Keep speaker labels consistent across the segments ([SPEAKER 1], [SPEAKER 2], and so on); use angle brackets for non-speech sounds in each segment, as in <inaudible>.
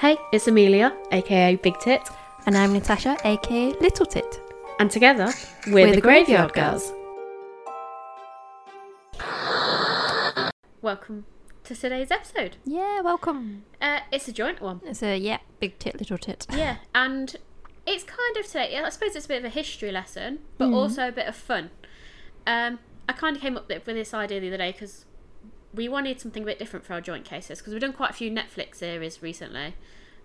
[SPEAKER 1] Hey, it's Amelia, aka Big Tit,
[SPEAKER 2] And I'm Natasha, aka Little Tit.
[SPEAKER 1] and together we're, the, Graveyard Girls. Welcome to today's episode.
[SPEAKER 2] Yeah, welcome.
[SPEAKER 1] Uh, it's a joint one.
[SPEAKER 2] It's a, yeah, big tit, little tit.
[SPEAKER 1] Yeah, and it's kind of today. I suppose it's a bit of a history lesson, but also a bit of fun. Um, I kind of came up with this idea the other day because we wanted something a bit different for our joint cases because we've done quite a few Netflix series recently,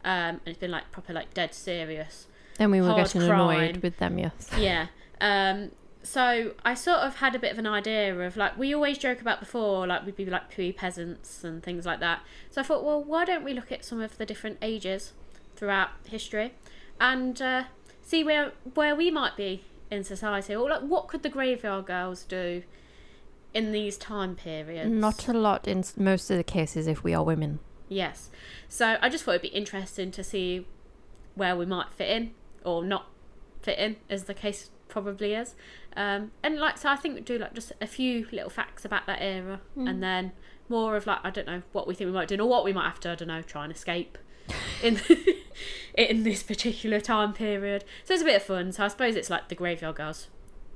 [SPEAKER 1] um, and it's been like proper like dead serious.
[SPEAKER 2] And we were
[SPEAKER 1] Hard
[SPEAKER 2] getting
[SPEAKER 1] crime.
[SPEAKER 2] annoyed with them, yes.
[SPEAKER 1] <laughs> yeah. Um, so I sort of had a bit of an idea of like we always joke about before, like we'd be like pre peasants and things like that. So I thought, well, why don't we look at some of the different ages throughout history and uh, see where where we might be in society, or like what could the graveyard girls do in these time periods?
[SPEAKER 2] Not a lot in s- most of the cases if we are women.
[SPEAKER 1] Yes. So I just thought it'd be interesting to see where we might fit in or not fit in, as the case probably is. Um, and like, so I think we do like just a few little facts about that era, and then more of like I don't know what we think we might do or what we might have to I don't know try and escape in <laughs> in this particular time period. So it's a bit of fun. So I suppose it's like the Graveyard Girls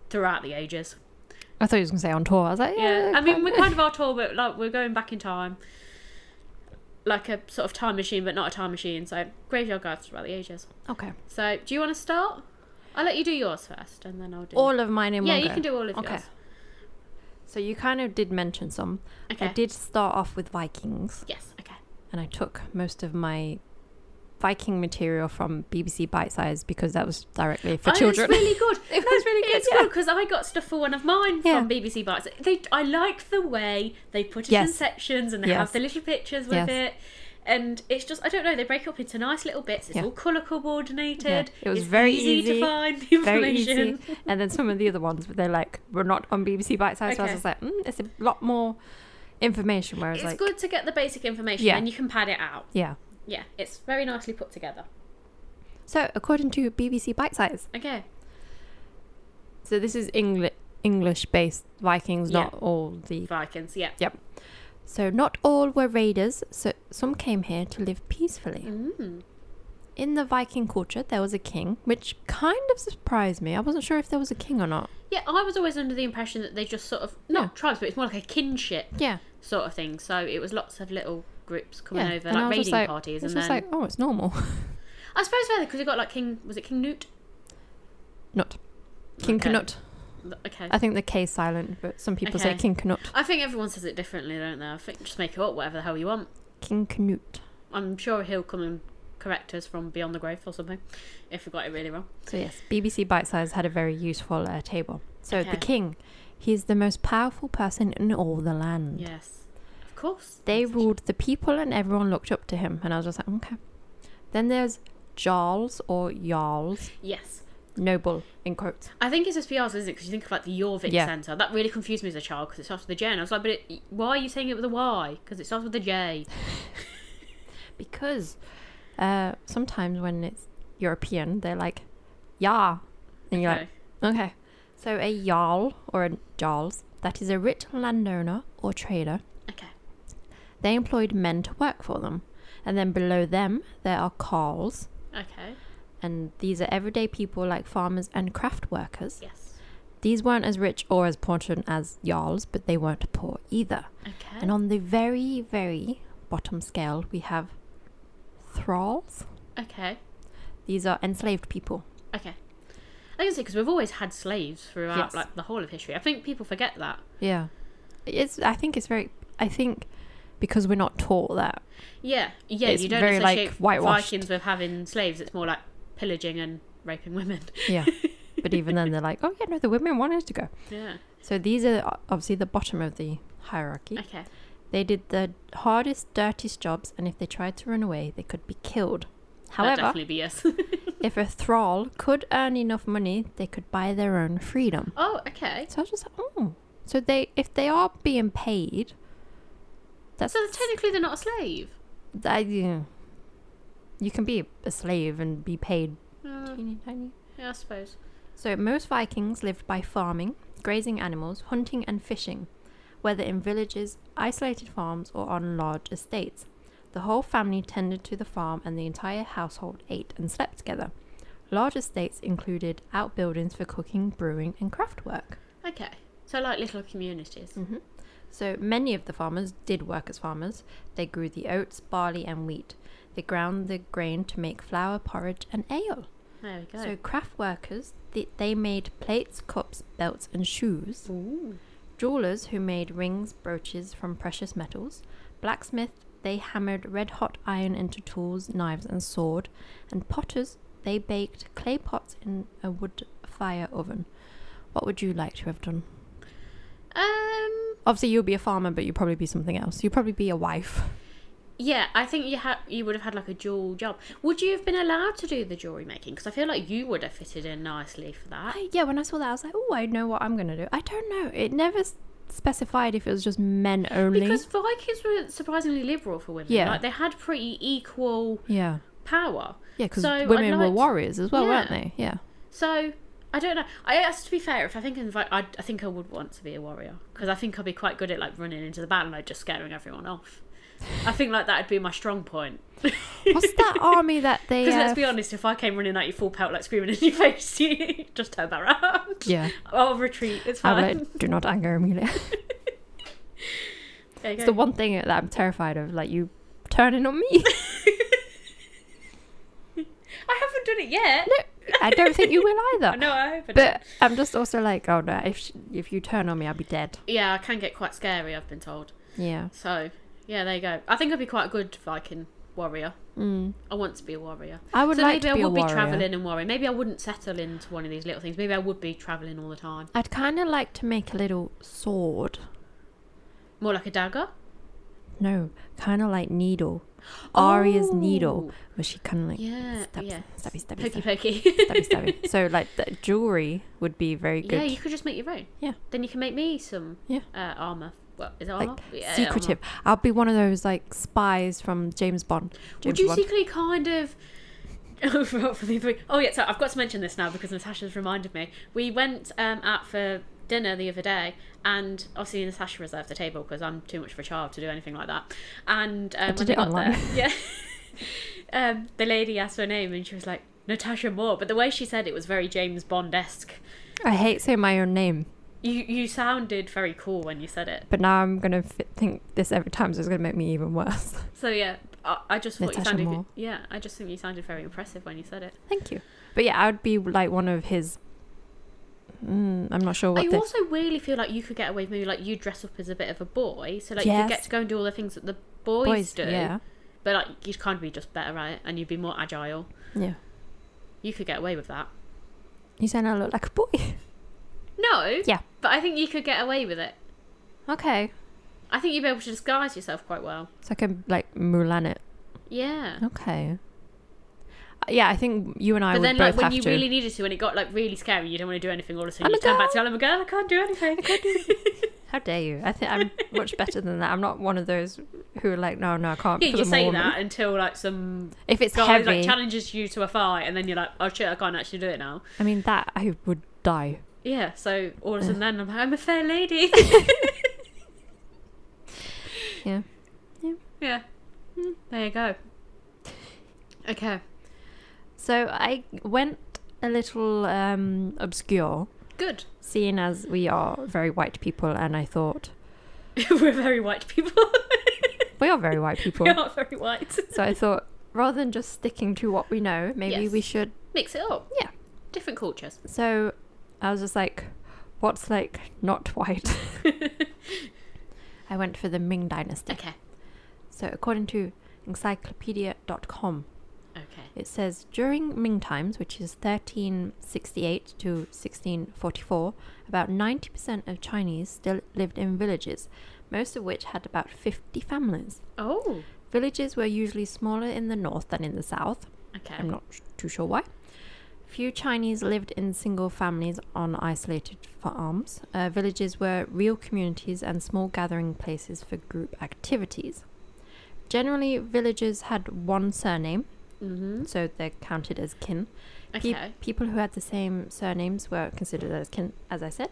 [SPEAKER 1] throughout the ages.
[SPEAKER 2] I thought you was going to say on tour. I was like, yeah.
[SPEAKER 1] Yeah, I mean, we're kind of our tour, but like we're going back in time, like a sort of time machine, but not a time machine. So graveyard guards throughout the ages.
[SPEAKER 2] Okay.
[SPEAKER 1] So do you want to start? I'll let you do yours first, and then I'll do.
[SPEAKER 2] All of mine in
[SPEAKER 1] yeah,
[SPEAKER 2] one
[SPEAKER 1] you
[SPEAKER 2] go.
[SPEAKER 1] can do all of
[SPEAKER 2] Okay.
[SPEAKER 1] yours.
[SPEAKER 2] So you kind of did mention some.
[SPEAKER 1] Okay.
[SPEAKER 2] I did start off with Vikings,
[SPEAKER 1] Yes. Okay.
[SPEAKER 2] and I took most of my Viking material from BBC Bite Size because that was directly for
[SPEAKER 1] Oh,
[SPEAKER 2] children.
[SPEAKER 1] It's really <laughs> good.
[SPEAKER 2] It
[SPEAKER 1] No,
[SPEAKER 2] was really good,
[SPEAKER 1] It's
[SPEAKER 2] yeah.
[SPEAKER 1] good because I got stuff for one of mine
[SPEAKER 2] Yeah.
[SPEAKER 1] from BBC Bites. They, I like the way they put it in
[SPEAKER 2] Yes.
[SPEAKER 1] sections and they have
[SPEAKER 2] Yes.
[SPEAKER 1] the little pictures with
[SPEAKER 2] Yes.
[SPEAKER 1] it. And it's just I don't know. They break up into nice little bits. It's
[SPEAKER 2] Yeah.
[SPEAKER 1] all colour coordinated.
[SPEAKER 2] Yeah, it was
[SPEAKER 1] it's
[SPEAKER 2] very
[SPEAKER 1] easy, to
[SPEAKER 2] easy,
[SPEAKER 1] find the information.
[SPEAKER 2] very easy. And then some of the other ones, but they're like, we're not on BBC Bite Size. So I was
[SPEAKER 1] Okay.
[SPEAKER 2] just like, mm, it's a lot more information. Whereas,
[SPEAKER 1] It's
[SPEAKER 2] like,
[SPEAKER 1] good to get the basic information
[SPEAKER 2] Yeah.
[SPEAKER 1] and you can pad it out.
[SPEAKER 2] yeah.
[SPEAKER 1] Yeah, it's very nicely put together.
[SPEAKER 2] So according to BBC Bite Size,
[SPEAKER 1] Okay.
[SPEAKER 2] so this is Engli- English based Vikings,
[SPEAKER 1] Yeah.
[SPEAKER 2] not all the.
[SPEAKER 1] Vikings, yeah.
[SPEAKER 2] So not all were raiders. So some came here to live peacefully.
[SPEAKER 1] Mm.
[SPEAKER 2] In the Viking culture, there was a king, which kind of surprised me. I wasn't sure if there was a king or not.
[SPEAKER 1] Yeah, I was always under the impression that they just sort of, not
[SPEAKER 2] Yeah.
[SPEAKER 1] tribes, but it's more like a kinship
[SPEAKER 2] Yeah,
[SPEAKER 1] sort of thing. So it was lots of little groups coming
[SPEAKER 2] yeah.
[SPEAKER 1] over,
[SPEAKER 2] And I
[SPEAKER 1] like
[SPEAKER 2] was just
[SPEAKER 1] raiding
[SPEAKER 2] like-
[SPEAKER 1] parties.
[SPEAKER 2] I was
[SPEAKER 1] And then.
[SPEAKER 2] just like, oh, it's normal. <laughs>
[SPEAKER 1] I suppose rather because you got like King, was it King Newt?
[SPEAKER 2] Not King
[SPEAKER 1] Okay.
[SPEAKER 2] Canute.
[SPEAKER 1] Okay.
[SPEAKER 2] I think the K is silent, but some people say
[SPEAKER 1] Okay.
[SPEAKER 2] King Canute.
[SPEAKER 1] I think everyone says it differently, don't they? I think just make it up, whatever the hell you want.
[SPEAKER 2] King Canute.
[SPEAKER 1] I'm sure he'll come and correct us from Beyond the Grave or something if we got it really wrong.
[SPEAKER 2] So yes, BBC Bite Size had a very useful uh, table. So
[SPEAKER 1] Okay.
[SPEAKER 2] the king, he is the most powerful person in all the land.
[SPEAKER 1] Yes. Of course.
[SPEAKER 2] Mm. They
[SPEAKER 1] That's a sh-
[SPEAKER 2] ruled the people, and everyone looked up to him. And I was just like, okay. Then there's Jarls or Jarls,
[SPEAKER 1] Yes.
[SPEAKER 2] noble in quotes.
[SPEAKER 1] I think it's just PR, isn't it? Because you think of like the Jorvik
[SPEAKER 2] Yeah.
[SPEAKER 1] Centre. That really confused me as a child because it starts with a J, and I was like, "But it, why are you saying it with a Y? Because it starts with a J."
[SPEAKER 2] because uh, sometimes when it's European, they're like, "Ja," and you're
[SPEAKER 1] Okay.
[SPEAKER 2] like, "Okay." So a jarl or a jarls that is a rich landowner or trader.
[SPEAKER 1] Okay.
[SPEAKER 2] They employed men to work for them, and then below them there are carls,
[SPEAKER 1] Okay.
[SPEAKER 2] and these are everyday people like farmers and craft workers.
[SPEAKER 1] Yes.
[SPEAKER 2] These weren't as rich or as important as jarls, but they weren't poor either.
[SPEAKER 1] Okay.
[SPEAKER 2] And on the very, very bottom scale, we have thralls.
[SPEAKER 1] okay.
[SPEAKER 2] These are enslaved people.
[SPEAKER 1] Okay. I can say because we've always had slaves throughout
[SPEAKER 2] Yes.
[SPEAKER 1] like the whole of history. I think people forget that.
[SPEAKER 2] Yeah. It's I think it's very I think because we're not taught that.
[SPEAKER 1] Yeah. Yeah.
[SPEAKER 2] It's
[SPEAKER 1] you don't
[SPEAKER 2] very, like,
[SPEAKER 1] associate
[SPEAKER 2] whitewashed.
[SPEAKER 1] Vikings with having slaves. It's more like pillaging and raping women. <laughs>
[SPEAKER 2] Yeah. but even then they're like, "Oh yeah, no, the women wanted to go."
[SPEAKER 1] yeah.
[SPEAKER 2] So these are o- obviously the bottom of the hierarchy.
[SPEAKER 1] Okay.
[SPEAKER 2] They did the hardest, dirtiest jobs and if they tried to run away, they could be killed.
[SPEAKER 1] That'd
[SPEAKER 2] However,
[SPEAKER 1] definitely be yes. <laughs>
[SPEAKER 2] if a thrall could earn enough money, they could buy their own freedom.
[SPEAKER 1] oh. Okay.
[SPEAKER 2] So I was just like, "Oh, so they if they are being paid that's
[SPEAKER 1] So technically, they're not a slave.
[SPEAKER 2] that, yeah. you can be a slave and be paid
[SPEAKER 1] Uh,
[SPEAKER 2] teeny tiny.
[SPEAKER 1] yeah, I suppose.
[SPEAKER 2] So most Vikings lived by farming, grazing animals, hunting and fishing, whether in villages, isolated farms or on large estates. The whole family tended to the farm, and the entire household ate and slept together. Large estates included outbuildings for cooking, brewing, and craft work.
[SPEAKER 1] Okay. So like little communities.
[SPEAKER 2] Mm. So many of the farmers did work as farmers. They grew the oats, barley, and wheat. They ground the grain to make flour, porridge, and ale.
[SPEAKER 1] There we go.
[SPEAKER 2] So craft workers, th- they made plates, cups, belts, and shoes.
[SPEAKER 1] Ooh.
[SPEAKER 2] Jewelers who made rings, brooches from precious metals. Blacksmith, they hammered red hot iron into tools, knives, and sword. And potters, they baked clay pots in a wood fire oven. What would you like to have done?
[SPEAKER 1] Um
[SPEAKER 2] Obviously, you'll be a farmer, but you'll probably be something else. You'll probably be a wife.
[SPEAKER 1] yeah, I think you had you would have had like a dual job. Would you have been allowed to do the jewelry making? Because I feel like you would have fitted in nicely for that.
[SPEAKER 2] I, yeah, when I saw that, I was like, oh, I know what I'm going to do. I don't know. It never s- specified if it was just men only.
[SPEAKER 1] Because Vikings were surprisingly liberal for women.
[SPEAKER 2] Yeah.
[SPEAKER 1] Like they had pretty equal
[SPEAKER 2] yeah.
[SPEAKER 1] power.
[SPEAKER 2] Yeah, because
[SPEAKER 1] So, I'd
[SPEAKER 2] women were
[SPEAKER 1] like to-
[SPEAKER 2] warriors as well, weren't
[SPEAKER 1] Yeah.
[SPEAKER 2] they? Yeah.
[SPEAKER 1] So I don't know. I guess to be fair, if I think invite, I, I think I would want to be a warrior because I think I'd be quite good at like running into the battle and like just scaring everyone off. I think like that'd be my strong point. <laughs>
[SPEAKER 2] What's that army that they.
[SPEAKER 1] Because
[SPEAKER 2] uh,
[SPEAKER 1] let's be honest, if I came running at you full pelt, like screaming in your <laughs> face, you just turn back around.
[SPEAKER 2] Yeah.
[SPEAKER 1] <laughs> I'll retreat. It's
[SPEAKER 2] I
[SPEAKER 1] fine.
[SPEAKER 2] would like, <laughs> do not anger Amelia.
[SPEAKER 1] <laughs> There you
[SPEAKER 2] it's
[SPEAKER 1] go.
[SPEAKER 2] the one thing that I'm terrified of, like you turning on
[SPEAKER 1] <laughs>
[SPEAKER 2] me. <laughs>
[SPEAKER 1] I haven't done it yet.
[SPEAKER 2] <laughs> I don't think you will
[SPEAKER 1] <laughs>
[SPEAKER 2] either.
[SPEAKER 1] No, I hope I don't.
[SPEAKER 2] But I'm just also like, oh no, if sh- if you turn on me, I'll be dead.
[SPEAKER 1] Yeah, I can get quite scary. I've been told.
[SPEAKER 2] Yeah.
[SPEAKER 1] So yeah, there you go. I think I'd be quite a good Viking warrior.
[SPEAKER 2] Mm.
[SPEAKER 1] I want to be a warrior.
[SPEAKER 2] I would
[SPEAKER 1] so
[SPEAKER 2] like
[SPEAKER 1] maybe
[SPEAKER 2] to
[SPEAKER 1] I
[SPEAKER 2] be
[SPEAKER 1] would
[SPEAKER 2] a
[SPEAKER 1] be
[SPEAKER 2] warrior.
[SPEAKER 1] traveling and worrying. Maybe I wouldn't settle into one of these little things. Maybe I would be traveling all the time,
[SPEAKER 2] I'd kind of like to make a little sword.
[SPEAKER 1] more like a dagger.
[SPEAKER 2] No, kind of like needle. Aria's needle,
[SPEAKER 1] Oh.
[SPEAKER 2] where she kind of like
[SPEAKER 1] Yeah,
[SPEAKER 2] stabs,
[SPEAKER 1] yeah.
[SPEAKER 2] stabby, stabby,
[SPEAKER 1] Pokey
[SPEAKER 2] stabby,
[SPEAKER 1] pokey.
[SPEAKER 2] <laughs>
[SPEAKER 1] <laughs>
[SPEAKER 2] stabby, stabby. So like the jewelry would be very
[SPEAKER 1] yeah,
[SPEAKER 2] good.
[SPEAKER 1] you could just make your own.
[SPEAKER 2] Yeah.
[SPEAKER 1] Then you can make me some
[SPEAKER 2] Yeah.
[SPEAKER 1] uh, armor. What is it
[SPEAKER 2] like
[SPEAKER 1] armor? Yeah, armor.
[SPEAKER 2] secretive. I'll be one of those like spies from James Bond. James
[SPEAKER 1] Would you
[SPEAKER 2] Bond.
[SPEAKER 1] secretly kind of? <laughs> Oh, for- for the three- oh yeah, so I've got to mention this now because Natasha's reminded me. We went um, out for dinner the other day, and obviously Natasha reserved the table because I'm too much of a child to do anything like that. And um, when
[SPEAKER 2] did
[SPEAKER 1] we
[SPEAKER 2] it
[SPEAKER 1] got <laughs>
[SPEAKER 2] online.
[SPEAKER 1] There, yeah, um, the lady asked her name, and she was like Natasha Moore, but the way she said it was very James Bond esque.
[SPEAKER 2] I hate saying my own name,
[SPEAKER 1] You you sounded very cool when you said it.
[SPEAKER 2] but now I'm gonna fi- think this every time, so it's gonna make me even worse. <laughs>
[SPEAKER 1] So yeah, I, I just thought
[SPEAKER 2] Natasha
[SPEAKER 1] you sounded
[SPEAKER 2] Moore.
[SPEAKER 1] yeah, I just think you sounded very impressive when you said it.
[SPEAKER 2] Thank you. But yeah, I would be like one of his. Mm, I'm not sure what
[SPEAKER 1] I
[SPEAKER 2] the.
[SPEAKER 1] Oh, also really feel like you could get away with maybe like you dress up as a bit of a boy, so like you
[SPEAKER 2] Yes.
[SPEAKER 1] could get to go and do all the things that the boys, do.
[SPEAKER 2] Yeah.
[SPEAKER 1] But like you'd kind of be just better at it, and you'd be more agile.
[SPEAKER 2] Yeah.
[SPEAKER 1] You could get away with that.
[SPEAKER 2] You saying I look like a boy? <laughs>
[SPEAKER 1] No.
[SPEAKER 2] Yeah.
[SPEAKER 1] But I think you could get away with it.
[SPEAKER 2] okay.
[SPEAKER 1] I think you'd be able to disguise yourself quite well.
[SPEAKER 2] So I can like Mulan it.
[SPEAKER 1] Yeah.
[SPEAKER 2] Okay. Uh, Yeah, I think you and Oh, I
[SPEAKER 1] but
[SPEAKER 2] would
[SPEAKER 1] then,
[SPEAKER 2] both
[SPEAKER 1] like when
[SPEAKER 2] have
[SPEAKER 1] you
[SPEAKER 2] to.
[SPEAKER 1] really needed to, when it got like really scary, you don't want to do anything. All of a sudden,
[SPEAKER 2] I'm
[SPEAKER 1] you
[SPEAKER 2] a
[SPEAKER 1] turn back to, "I'm a girl. I can't do anything."
[SPEAKER 2] How dare you? I think I'm much better than that. I'm not one of those who are like, no, no, I can't.
[SPEAKER 1] yeah,
[SPEAKER 2] because
[SPEAKER 1] you
[SPEAKER 2] I'm a
[SPEAKER 1] say
[SPEAKER 2] woman."
[SPEAKER 1] that until like some
[SPEAKER 2] If it's
[SPEAKER 1] guy like
[SPEAKER 2] heavy,
[SPEAKER 1] challenges you to a fight, and then you're like, "Oh shit, I can't actually do it now."
[SPEAKER 2] I mean that I would die.
[SPEAKER 1] Yeah, so all of a sudden
[SPEAKER 2] <laughs>
[SPEAKER 1] then I'm like, I'm a fair lady.
[SPEAKER 2] Yeah.
[SPEAKER 1] yeah. Mm, There you go. Okay.
[SPEAKER 2] So I went a little um, obscure,
[SPEAKER 1] Good. <laughs>
[SPEAKER 2] seeing as we are very white people, and I thought
[SPEAKER 1] We're very white people. <laughs>
[SPEAKER 2] we are very white people.
[SPEAKER 1] we are very white.
[SPEAKER 2] <laughs> So I thought rather than just sticking to what we know, maybe
[SPEAKER 1] Yes.
[SPEAKER 2] we should.
[SPEAKER 1] Mix it up.
[SPEAKER 2] Yeah.
[SPEAKER 1] Different <laughs> cultures.
[SPEAKER 2] So I was just like, what's like not white? <laughs> I went for the Ming Dynasty.
[SPEAKER 1] Okay.
[SPEAKER 2] So according to encyclopedia.com,
[SPEAKER 1] Okay.
[SPEAKER 2] It says during Ming times, which is 1368 to 1644, about 90% of Chinese still lived in villages, most of which had about 50 families.
[SPEAKER 1] Oh.
[SPEAKER 2] Villages were usually smaller in the north than in the south.
[SPEAKER 1] Okay.
[SPEAKER 2] I'm not s- too sure why. Few Chinese lived in single families on isolated farms. Uh, villages were real communities and small gathering places for group activities. Generally, villagers had one surname,
[SPEAKER 1] Mm-hmm.
[SPEAKER 2] so they're counted as kin. Pe-
[SPEAKER 1] Okay.
[SPEAKER 2] people who had the same surnames were considered as kin, as I said.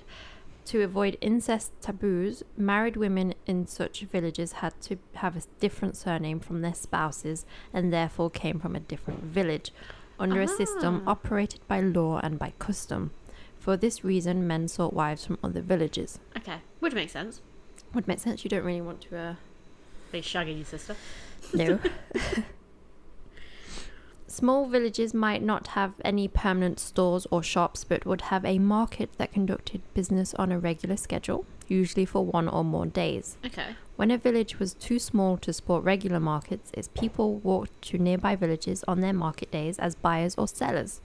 [SPEAKER 2] To avoid incest taboos, married women in such villages had to have a different surname from their spouses and therefore came from a different village under a system
[SPEAKER 1] Ah.
[SPEAKER 2] operated by law and by custom. For this reason, men sought wives from other villages.
[SPEAKER 1] Okay, would make sense.
[SPEAKER 2] Would make sense. You don't really want to, uh,
[SPEAKER 1] Be shagging your sister.
[SPEAKER 2] no. Small villages might not have any permanent stores or shops, but would have a market that conducted business on a regular schedule, usually for one or more days.
[SPEAKER 1] Okay.
[SPEAKER 2] When a village was too small to support regular markets, its people walked to nearby villages on their market days as buyers or sellers,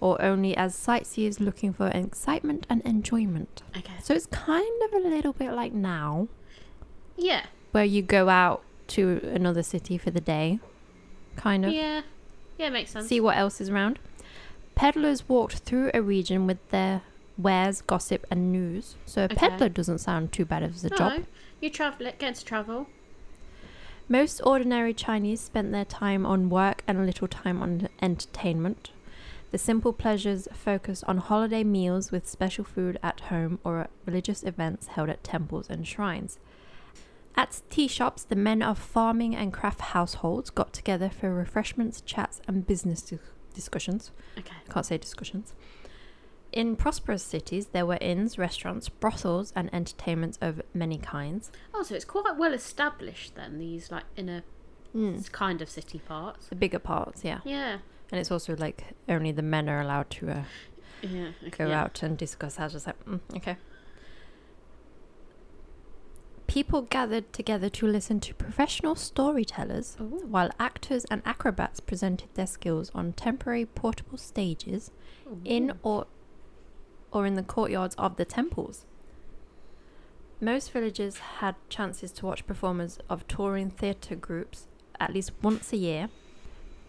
[SPEAKER 2] or only as sightseers looking for excitement and enjoyment.
[SPEAKER 1] Okay.
[SPEAKER 2] So it's kind of a little bit like now,
[SPEAKER 1] Yeah.
[SPEAKER 2] where you go out to another city for the day, kind of
[SPEAKER 1] Yeah. Yeah, makes sense.
[SPEAKER 2] see what else is around. Peddlers walked through a region with their wares, gossip, and news. So a
[SPEAKER 1] Okay.
[SPEAKER 2] peddler doesn't sound too bad as a
[SPEAKER 1] no,
[SPEAKER 2] job.
[SPEAKER 1] you travel, get to travel.
[SPEAKER 2] Most ordinary Chinese spent their time on work and a little time on entertainment. The simple pleasures focused on holiday meals with special food at home or at religious events held at temples and shrines. At tea shops, the men of farming and craft households got together for refreshments, chats, and business dis- discussions.
[SPEAKER 1] Okay.
[SPEAKER 2] I can't say discussions. In prosperous cities, there were inns, restaurants, brothels, and entertainments of many kinds.
[SPEAKER 1] Oh, so it's quite well established then, these like inner
[SPEAKER 2] Mm.
[SPEAKER 1] kind of city parts.
[SPEAKER 2] The bigger parts, yeah.
[SPEAKER 1] Yeah.
[SPEAKER 2] And it's also like only the men are allowed to uh,
[SPEAKER 1] Yeah. Okay.
[SPEAKER 2] go
[SPEAKER 1] yeah.
[SPEAKER 2] out and discuss. I was just like, mm, okay. People gathered together to listen to professional storytellers,
[SPEAKER 1] Ooh.
[SPEAKER 2] while actors and acrobats presented their skills on temporary portable stages in or or in the courtyards of the temples. Most villages had chances to watch performers of touring theatre groups at least once a year.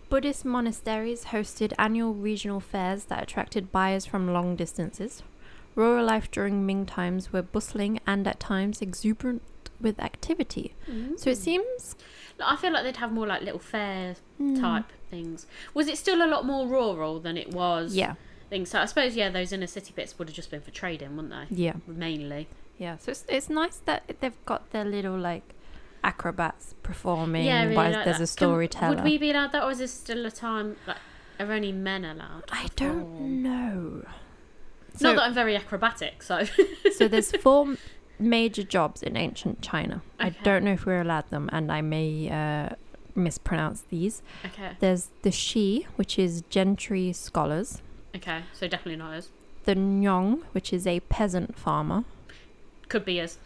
[SPEAKER 2] Buddhist monasteries hosted annual regional fairs that attracted buyers from long distances. Rural life during Ming times were bustling and at times exuberant with activity.
[SPEAKER 1] Mm.
[SPEAKER 2] So it seems
[SPEAKER 1] Like, I feel like they'd have more like little fair
[SPEAKER 2] Mm.
[SPEAKER 1] type things. Was it still a lot more rural than it was?
[SPEAKER 2] yeah,
[SPEAKER 1] Things. So I suppose yeah, those inner city bits would have just been for trading, wouldn't they?
[SPEAKER 2] yeah.
[SPEAKER 1] Mainly.
[SPEAKER 2] Yeah, so it's, it's nice that they've got their little like acrobats performing
[SPEAKER 1] yeah, I really
[SPEAKER 2] while
[SPEAKER 1] like
[SPEAKER 2] there's
[SPEAKER 1] that. Can-
[SPEAKER 2] a storyteller.
[SPEAKER 1] would we be allowed that, or is this still a time like are only men allowed? to
[SPEAKER 2] I
[SPEAKER 1] perform?
[SPEAKER 2] don't know.
[SPEAKER 1] Oh. Not
[SPEAKER 2] So,
[SPEAKER 1] that I'm very acrobatic, so <laughs>
[SPEAKER 2] so there's four major jobs in ancient China. I
[SPEAKER 1] Okay.
[SPEAKER 2] don't know if we're allowed them, and I may uh, mispronounce these.
[SPEAKER 1] okay,
[SPEAKER 2] There's the Shi, which is gentry scholars.
[SPEAKER 1] okay, so definitely not us.
[SPEAKER 2] The Nyong, which is a peasant farmer.
[SPEAKER 1] Could be us.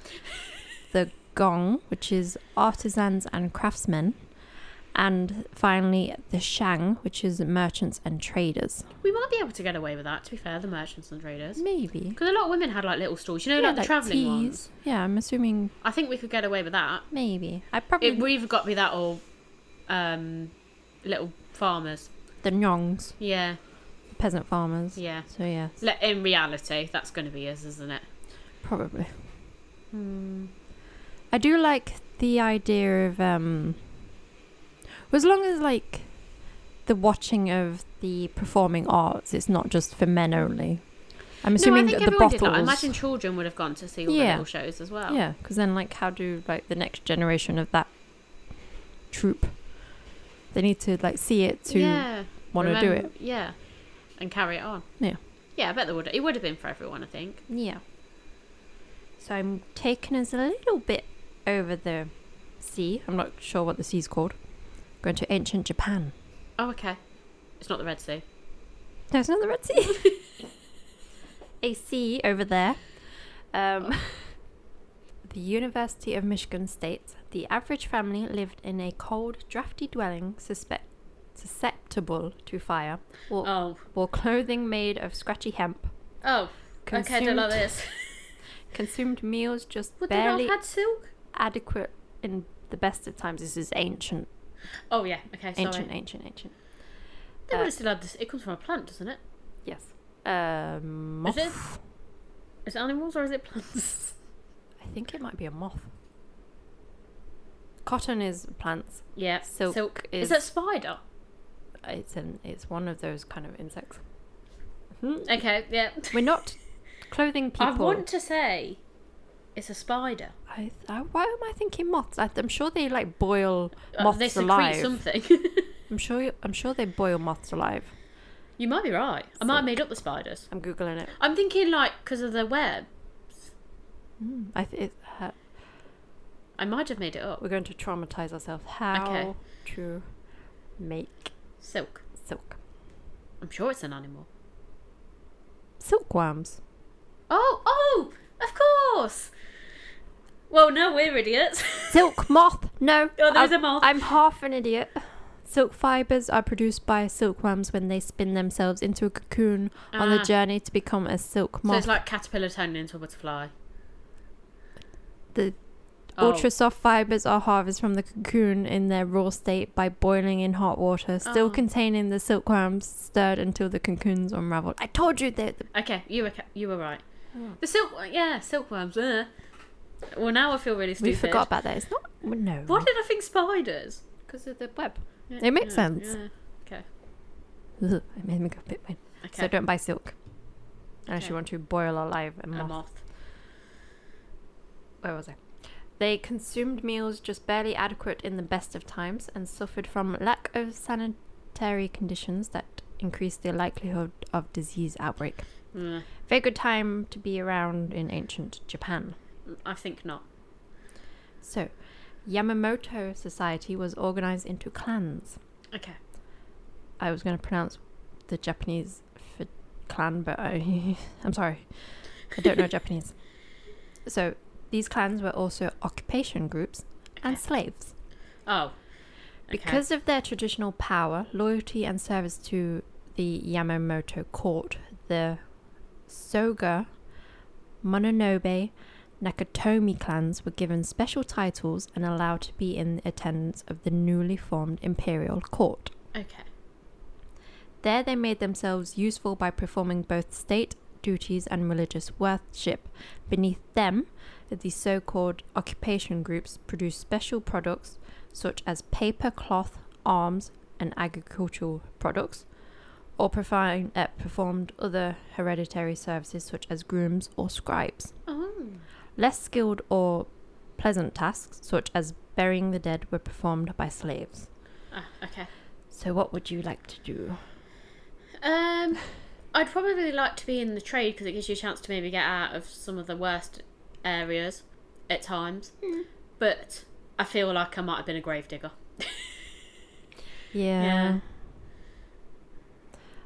[SPEAKER 2] the gong, which is artisans and craftsmen, and finally the shang, which is merchants and traders.
[SPEAKER 1] We might be able to get away with that. To be fair, the merchants and traders,
[SPEAKER 2] Maybe.
[SPEAKER 1] because a lot of women had like little stores, you know, like the travelling
[SPEAKER 2] teas.
[SPEAKER 1] ones.
[SPEAKER 2] Yeah, I'm assuming
[SPEAKER 1] I think we could get away with that.
[SPEAKER 2] maybe. I probably
[SPEAKER 1] It would either got me that or um, little farmers.
[SPEAKER 2] the nyongs,
[SPEAKER 1] Yeah,
[SPEAKER 2] the peasant farmers.
[SPEAKER 1] yeah.
[SPEAKER 2] So yeah,
[SPEAKER 1] Le- In reality, that's going to be us, isn't it?
[SPEAKER 2] probably.
[SPEAKER 1] Hmm.
[SPEAKER 2] I do like the idea of um well, as long as like the watching of the performing arts, it's not just for men only. I'm assuming
[SPEAKER 1] no, I think
[SPEAKER 2] that the
[SPEAKER 1] everyone
[SPEAKER 2] bottles.
[SPEAKER 1] did that. I imagine children would have gone to see all
[SPEAKER 2] Yeah.
[SPEAKER 1] the little shows as well.
[SPEAKER 2] Yeah, because then like, how do like the next generation of that troop? They need to like see it to
[SPEAKER 1] yeah.
[SPEAKER 2] want to do it.
[SPEAKER 1] Remem- Yeah, and carry it on.
[SPEAKER 2] Yeah.
[SPEAKER 1] Yeah, I bet there would. It would have been for everyone, I think.
[SPEAKER 2] Yeah. So I'm taken as a little bit over the sea. I'm not sure what the sea's called. Going to ancient Japan.
[SPEAKER 1] Oh, okay. It's not the Red Sea.
[SPEAKER 2] No, it's not the Red Sea. <laughs> a sea over there.
[SPEAKER 1] Oh.
[SPEAKER 2] Um, <laughs> the University of Michigan states the average family lived in a cold, drafty dwelling suspect, susceptible to fire, or,
[SPEAKER 1] Oh.
[SPEAKER 2] or clothing made of scratchy hemp.
[SPEAKER 1] Oh. Okay, I don't like
[SPEAKER 2] Consumed- <laughs>
[SPEAKER 1] this.
[SPEAKER 2] Consumed meals just
[SPEAKER 1] Would they
[SPEAKER 2] barely
[SPEAKER 1] not have had silk?
[SPEAKER 2] adequate in the best of times. This is ancient,
[SPEAKER 1] Oh, yeah. Okay, sorry.
[SPEAKER 2] ancient, ancient, ancient.
[SPEAKER 1] They
[SPEAKER 2] uh,
[SPEAKER 1] would have still had this. It comes from a plant, doesn't it?
[SPEAKER 2] Yes. Um,
[SPEAKER 1] Is it-
[SPEAKER 2] moth.
[SPEAKER 1] Is it animals or is it plants? <laughs>
[SPEAKER 2] I think it might be a moth. Cotton is plants.
[SPEAKER 1] Yeah,
[SPEAKER 2] Silk
[SPEAKER 1] silk.
[SPEAKER 2] is-
[SPEAKER 1] Is that spider?
[SPEAKER 2] It's an it's one of those kind of insects.
[SPEAKER 1] Okay, yeah.
[SPEAKER 2] We're not Clothing people.
[SPEAKER 1] Hmm. <laughs> I want to say it's a spider.
[SPEAKER 2] I, th- I- why am I thinking moths? I, I'm sure they like boil
[SPEAKER 1] Uh,
[SPEAKER 2] moths
[SPEAKER 1] they secrete
[SPEAKER 2] alive.
[SPEAKER 1] something. <laughs>
[SPEAKER 2] I'm sure. you- I'm sure they boil moths alive.
[SPEAKER 1] you might be right. I might have made up the spiders.
[SPEAKER 2] I'm googling it.
[SPEAKER 1] I'm thinking like because of the web.
[SPEAKER 2] Mm, I th- it, uh,
[SPEAKER 1] I might have made it up.
[SPEAKER 2] we're going to traumatize ourselves. How to make
[SPEAKER 1] Silk.
[SPEAKER 2] silk
[SPEAKER 1] I'm sure it's an animal.
[SPEAKER 2] silkworms?
[SPEAKER 1] Oh, oh, of course. Well, no, we're idiots.
[SPEAKER 2] <laughs>
[SPEAKER 1] <laughs>
[SPEAKER 2] Silk moth? No.
[SPEAKER 1] Oh, there is a
[SPEAKER 2] I'm-
[SPEAKER 1] moth.
[SPEAKER 2] I'm half an idiot. Silk fibers are produced by silkworms when they spin themselves into a cocoon on the
[SPEAKER 1] Ah.
[SPEAKER 2] journey to become a silk
[SPEAKER 1] So
[SPEAKER 2] moth.
[SPEAKER 1] it's like caterpillar turning into a butterfly.
[SPEAKER 2] the
[SPEAKER 1] Oh.
[SPEAKER 2] ultra soft fibers are harvested from the cocoon in their raw state by boiling in hot water, still
[SPEAKER 1] Oh.
[SPEAKER 2] containing the silkworms stirred until the cocoons unravel. I told you that.
[SPEAKER 1] Okay, you were ca- you were right. The silk, yeah, silkworms. Uh. Well, now I feel really stupid.
[SPEAKER 2] We forgot about that. It's not. well, No.
[SPEAKER 1] Why did I think spiders?
[SPEAKER 2] Because of the web.
[SPEAKER 1] Yeah,
[SPEAKER 2] It makes
[SPEAKER 1] yeah,
[SPEAKER 2] sense.
[SPEAKER 1] yeah. Okay.
[SPEAKER 2] Ugh, it made me go a bit weird.
[SPEAKER 1] Okay.
[SPEAKER 2] So don't buy silk. Unless
[SPEAKER 1] Okay.
[SPEAKER 2] you want to boil alive
[SPEAKER 1] a
[SPEAKER 2] a moth.
[SPEAKER 1] moth.
[SPEAKER 2] Where was I? They consumed meals just barely adequate in the best of times and suffered from lack of sanitary conditions that increased their likelihood of disease outbreak.
[SPEAKER 1] Mm,
[SPEAKER 2] Very good time to be around in ancient Japan.
[SPEAKER 1] I think not.
[SPEAKER 2] So, Yamamoto society was organized into clans.
[SPEAKER 1] Okay.
[SPEAKER 2] I was going to pronounce the Japanese for clan, but I, <laughs> I'm sorry.
[SPEAKER 1] <laughs>
[SPEAKER 2] I don't know Japanese. So, these clans were also occupation groups and
[SPEAKER 1] Okay.
[SPEAKER 2] slaves.
[SPEAKER 1] Oh. Okay.
[SPEAKER 2] Because of their traditional power, loyalty, and service to the Yamamoto court, the Soga, Mononobe, Nakatomi clans were given special titles and allowed to be in attendance of the newly formed imperial court.
[SPEAKER 1] Okay.
[SPEAKER 2] There they made themselves useful by performing both state duties and religious worship. Beneath them, the so called occupation groups produced special products such as paper, cloth, arms, and agricultural products, or profine- uh, performed other hereditary services such as grooms or scribes.
[SPEAKER 1] Oh.
[SPEAKER 2] Less skilled or pleasant tasks, such as burying the dead, were performed by slaves.
[SPEAKER 1] Ah, okay.
[SPEAKER 2] So, what would you like to do?
[SPEAKER 1] Um, I'd probably like to be in the trade because it gives you a chance to maybe get out of some of the worst areas at times. But I feel like I might have been a gravedigger.
[SPEAKER 2] Yeah.
[SPEAKER 1] Yeah.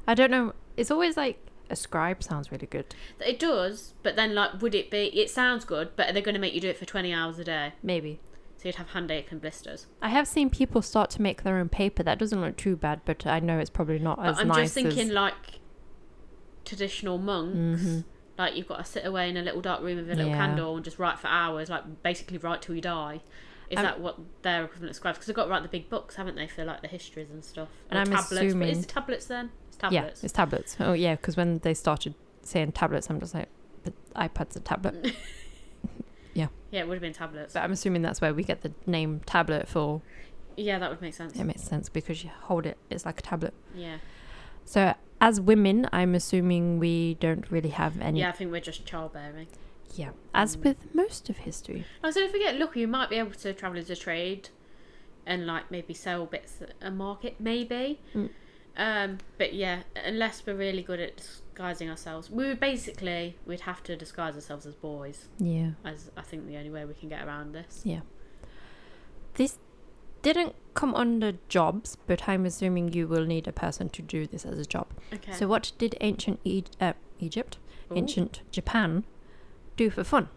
[SPEAKER 2] I don't know. It's always like a scribe sounds really good.
[SPEAKER 1] <laughs> It does, but then like, would it be? It sounds good, but they're going to make you do it for twenty hours a day,
[SPEAKER 2] Maybe.
[SPEAKER 1] so you'd have handache and blisters.
[SPEAKER 2] I have seen people start to make their own paper. That doesn't look too bad, but I know it's probably not as
[SPEAKER 1] But I'm
[SPEAKER 2] nice.
[SPEAKER 1] just thinking
[SPEAKER 2] as, Mm-hmm.
[SPEAKER 1] like traditional monks. Like you've got to sit away in a little dark room with a little
[SPEAKER 2] Yeah.
[SPEAKER 1] candle and just write for hours, like basically write till you die. Is
[SPEAKER 2] I'm-
[SPEAKER 1] that what their equivalent of scribes? Because they've got to write the big books, haven't they, for like the histories and stuff?
[SPEAKER 2] And
[SPEAKER 1] Or
[SPEAKER 2] I'm
[SPEAKER 1] tablets. But
[SPEAKER 2] assuming-
[SPEAKER 1] is it tablets then? It's
[SPEAKER 2] yeah,
[SPEAKER 1] tablets.
[SPEAKER 2] it's tablets. Oh yeah, because when they started saying tablets, I'm just like, but iPad's a tablet.
[SPEAKER 1] <laughs> Yeah, it would have been tablets.
[SPEAKER 2] But I'm assuming that's where we get the name tablet for.
[SPEAKER 1] yeah, that would make sense.
[SPEAKER 2] It makes sense because you hold it. It's like a tablet.
[SPEAKER 1] Yeah.
[SPEAKER 2] So as women, I'm assuming we don't really have any.
[SPEAKER 1] Yeah, I think we're just childbearing.
[SPEAKER 2] yeah. As with most of history.
[SPEAKER 1] I was going to forget, look, you might be able to travel as a trade and like maybe sell bits at a market, maybe.
[SPEAKER 2] Mm.
[SPEAKER 1] Um, but yeah, unless we're really good at disguising ourselves, we would basically we'd have to disguise ourselves as boys,
[SPEAKER 2] Yeah.
[SPEAKER 1] as I think the only way we can get around this.
[SPEAKER 2] This didn't come under jobs, but I'm assuming you will need a person to do this as a job.
[SPEAKER 1] Okay.
[SPEAKER 2] So, what did ancient e- uh, Egypt,
[SPEAKER 1] Ooh.
[SPEAKER 2] ancient Japan, do for fun?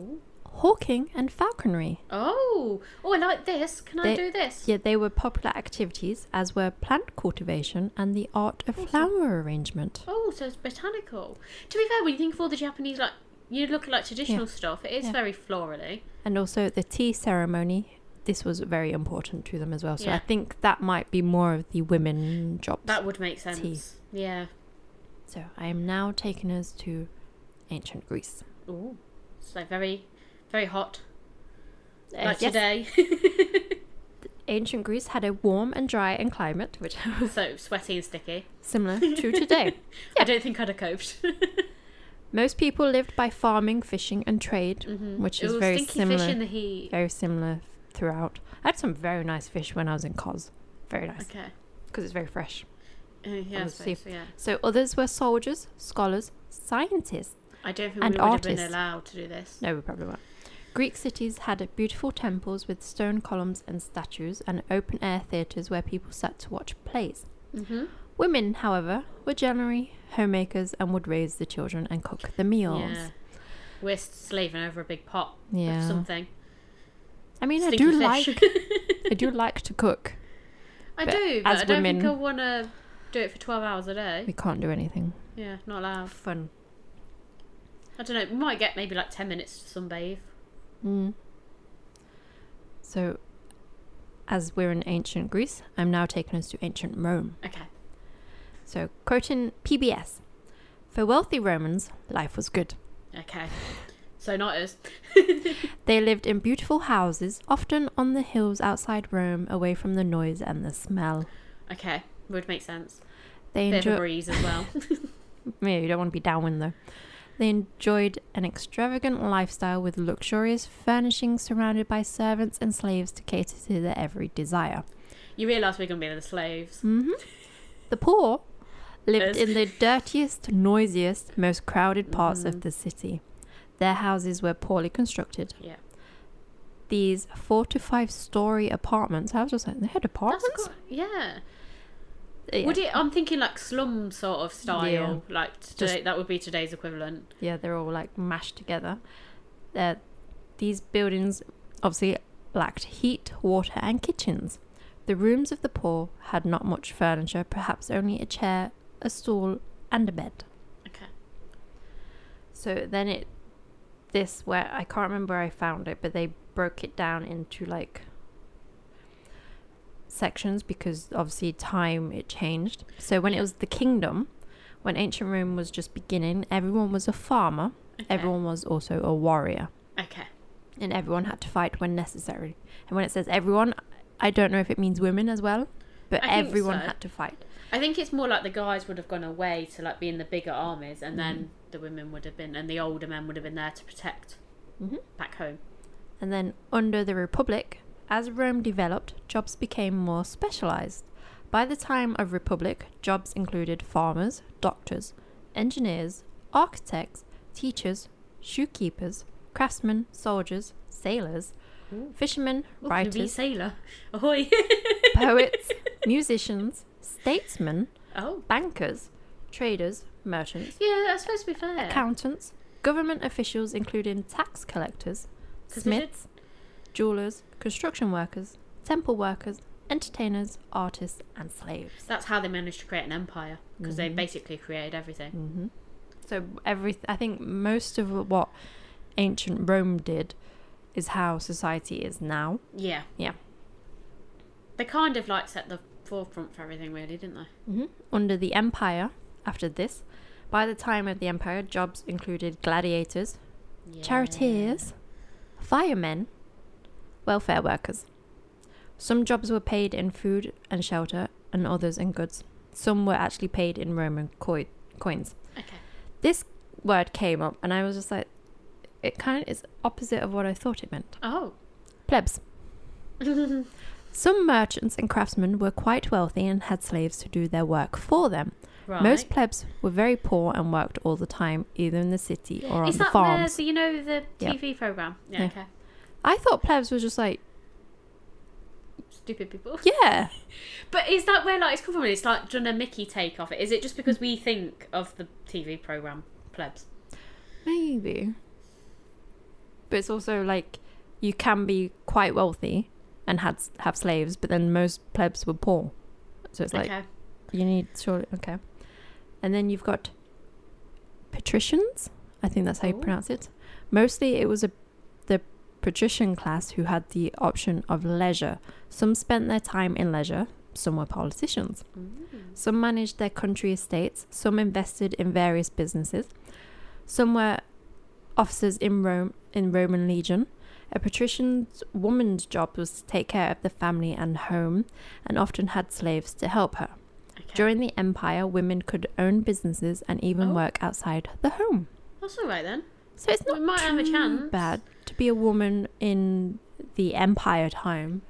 [SPEAKER 1] Ooh.
[SPEAKER 2] Hawking and falconry.
[SPEAKER 1] oh, oh, I like this. Can I
[SPEAKER 2] They-
[SPEAKER 1] do this?
[SPEAKER 2] Yet they were popular activities, as were plant cultivation and the art of
[SPEAKER 1] Awesome.
[SPEAKER 2] flower arrangement.
[SPEAKER 1] Oh, so it's botanical. To be fair, when you think of all the Japanese, like you look at like traditional stuff, it is
[SPEAKER 2] Yeah.
[SPEAKER 1] very florally.
[SPEAKER 2] And also the tea ceremony. This was very important to them as well. So, I
[SPEAKER 1] Yeah.
[SPEAKER 2] think that might be more of the women jobs.
[SPEAKER 1] That would make sense. Yeah.
[SPEAKER 2] so, I am now taking us to ancient Greece.
[SPEAKER 1] Oh, so very, very hot.
[SPEAKER 2] Uh,
[SPEAKER 1] like
[SPEAKER 2] yes.
[SPEAKER 1] today. <laughs>
[SPEAKER 2] ancient Greece had a warm and dry and climate, which <laughs> was
[SPEAKER 1] so sweaty and sticky. <laughs>
[SPEAKER 2] similar to today.
[SPEAKER 1] I don't think I'd have coped.
[SPEAKER 2] Most people lived by farming, fishing, and trade,
[SPEAKER 1] <laughs> Mm-hmm.
[SPEAKER 2] which
[SPEAKER 1] it
[SPEAKER 2] is
[SPEAKER 1] was
[SPEAKER 2] very
[SPEAKER 1] stinky
[SPEAKER 2] similar.
[SPEAKER 1] fish in the heat.
[SPEAKER 2] very similar throughout. I had some very nice fish when I was in Cos. Very nice
[SPEAKER 1] Okay.
[SPEAKER 2] because it's very fresh.
[SPEAKER 1] Uh, yeah, I
[SPEAKER 2] Let's see.
[SPEAKER 1] suppose, yeah.
[SPEAKER 2] So others were soldiers, scholars, scientists.
[SPEAKER 1] I don't think
[SPEAKER 2] And
[SPEAKER 1] we would have been
[SPEAKER 2] artists.
[SPEAKER 1] allowed to do this.
[SPEAKER 2] No, we probably weren't. Greek cities had beautiful temples with stone columns and statues and open air theatres where people sat to watch plays.
[SPEAKER 1] Mm-hmm.
[SPEAKER 2] Women, however, were generally homemakers and would raise the children and cook the meals.
[SPEAKER 1] Yeah. We're slaving over a big pot
[SPEAKER 2] Yeah.
[SPEAKER 1] of something.
[SPEAKER 2] I mean,
[SPEAKER 1] Stinky
[SPEAKER 2] I do
[SPEAKER 1] fish. <laughs>
[SPEAKER 2] like <laughs> I do like to cook.
[SPEAKER 1] I
[SPEAKER 2] but
[SPEAKER 1] do, but
[SPEAKER 2] as
[SPEAKER 1] I don't
[SPEAKER 2] women-
[SPEAKER 1] think I want to do it for 12 hours a day.
[SPEAKER 2] We can't do anything
[SPEAKER 1] Yeah, not allowed.
[SPEAKER 2] fun.
[SPEAKER 1] I don't know. We might get maybe like 10 minutes to sunbathe.
[SPEAKER 2] Mm. So, as we're in ancient Greece, I'm now taking us to ancient Rome.
[SPEAKER 1] Okay.
[SPEAKER 2] So, quoting PBS For wealthy Romans, life was good.
[SPEAKER 1] Okay. So, not us.
[SPEAKER 2] They lived in beautiful houses, often on the hills outside Rome, away from the noise and the smell.
[SPEAKER 1] Okay. Would make sense.
[SPEAKER 2] They
[SPEAKER 1] Bit of a
[SPEAKER 2] enjoyed.
[SPEAKER 1] breeze as well.
[SPEAKER 2] Yeah, you don't want to be downwind though. They enjoyed an extravagant lifestyle with luxurious furnishings, surrounded by servants and slaves to cater to their every desire.
[SPEAKER 1] you realise we're going to be the slaves.
[SPEAKER 2] hmm The poor lived
[SPEAKER 1] Yes.
[SPEAKER 2] in the dirtiest, noisiest, most crowded parts
[SPEAKER 1] Mm-hmm.
[SPEAKER 2] of the city. Their houses were poorly constructed.
[SPEAKER 1] Yeah.
[SPEAKER 2] These four to five story apartments. I was just like, they had
[SPEAKER 1] That's
[SPEAKER 2] apartments.
[SPEAKER 1] good. Yeah.
[SPEAKER 2] Yeah.
[SPEAKER 1] Would it? I'm thinking like slum sort of style. Like today,
[SPEAKER 2] Just-
[SPEAKER 1] that would be today's equivalent.
[SPEAKER 2] yeah, they're all like mashed together. Uh, these buildings obviously lacked heat, water, and kitchens. The rooms of the poor had not much furniture, perhaps only a chair, a stool, and a bed.
[SPEAKER 1] Okay.
[SPEAKER 2] So then it, this where I can't remember where I found it, but they broke it down into like sections because obviously time it changed. So when it was the kingdom, when ancient Rome was just beginning, everyone was a farmer,
[SPEAKER 1] okay.
[SPEAKER 2] everyone was also a warrior,
[SPEAKER 1] Okay.
[SPEAKER 2] and everyone had to fight when necessary. And when it says everyone, I don't know if it means women as well, but
[SPEAKER 1] I think
[SPEAKER 2] everyone
[SPEAKER 1] so.
[SPEAKER 2] had to fight.
[SPEAKER 1] I think it's more like the guys would have gone away to like be in the bigger armies, and then
[SPEAKER 2] Mm-hmm.
[SPEAKER 1] the women would have been, and the older men would have been there to protect
[SPEAKER 2] Mhm.
[SPEAKER 1] back home.
[SPEAKER 2] And then under the Republic, as Rome developed, jobs became more specialized. By the time of Republic, jobs included farmers, doctors, engineers, architects, teachers, shoekeepers, craftsmen, soldiers, sailors,
[SPEAKER 1] Ooh.
[SPEAKER 2] fishermen,
[SPEAKER 1] Ooh, can you be a
[SPEAKER 2] writers,
[SPEAKER 1] sailor. <laughs> Ahoy!
[SPEAKER 2] <laughs>
[SPEAKER 1] <laughs>
[SPEAKER 2] poets, musicians, statesmen,
[SPEAKER 1] oh,
[SPEAKER 2] bankers, traders, merchants,
[SPEAKER 1] yeah, that's supposed to be fair.
[SPEAKER 2] accountants, government officials, including tax collectors,
[SPEAKER 1] 'Cause we should-
[SPEAKER 2] smiths, jewelers, construction workers, temple workers, entertainers, artists, and slaves.
[SPEAKER 1] That's how they managed to create an empire because they basically created everything.
[SPEAKER 2] Mm-hmm. So every, I think most of what ancient Rome did is how society is now.
[SPEAKER 1] Yeah.
[SPEAKER 2] Yeah.
[SPEAKER 1] They kind of like set the forefront for everything, really, didn't they?
[SPEAKER 2] hmm Under the empire, after this, by the time of the empire, jobs included gladiators,
[SPEAKER 1] Yeah.
[SPEAKER 2] charioteers, firemen, welfare workers. Some jobs were paid in food and shelter, and others in goods. Some were actually paid in Roman coi- coins.
[SPEAKER 1] Okay.
[SPEAKER 2] This word came up, and I was just like, it kind of is opposite of what I thought it meant.
[SPEAKER 1] Oh. <laughs>
[SPEAKER 2] Plebs. Some merchants and craftsmen were quite wealthy and had slaves to do their work for them.
[SPEAKER 1] Right.
[SPEAKER 2] Most plebs were very poor and worked all the time, either in the city or on
[SPEAKER 1] Is
[SPEAKER 2] the
[SPEAKER 1] that
[SPEAKER 2] farms.
[SPEAKER 1] where so you know the
[SPEAKER 2] Yeah.
[SPEAKER 1] TV program? Yeah,
[SPEAKER 2] Yeah.
[SPEAKER 1] Okay.
[SPEAKER 2] I thought plebs were just like,
[SPEAKER 1] Stupid people.
[SPEAKER 2] yeah,
[SPEAKER 1] But is that where like it's come from? It's like done a Mickey take off it. Is it just because
[SPEAKER 2] Mm.
[SPEAKER 1] we think of the TV program plebs?
[SPEAKER 2] Maybe. But it's also like you can be quite wealthy and had have slaves, but then most plebs were poor. So it's like
[SPEAKER 1] okay.
[SPEAKER 2] you need surely okay. And then you've got patricians. I think that's how you
[SPEAKER 1] Oh.
[SPEAKER 2] pronounce it. Mostly it was a the patrician class who had the option of leisure. Some spent their time in leisure, some were politicians.
[SPEAKER 1] Mm.
[SPEAKER 2] Some managed their country estates, some invested in various businesses. Some were officers in Rome in Roman legion. A patrician's woman's job was to take care of the family and home and often had slaves to help her.
[SPEAKER 1] Okay.
[SPEAKER 2] During the empire, women could own businesses and even
[SPEAKER 1] Oh.
[SPEAKER 2] work outside the home.
[SPEAKER 1] That's all right then.
[SPEAKER 2] So it's
[SPEAKER 1] We
[SPEAKER 2] not
[SPEAKER 1] might
[SPEAKER 2] too
[SPEAKER 1] have a chance.
[SPEAKER 2] bad to be a woman in the Empire time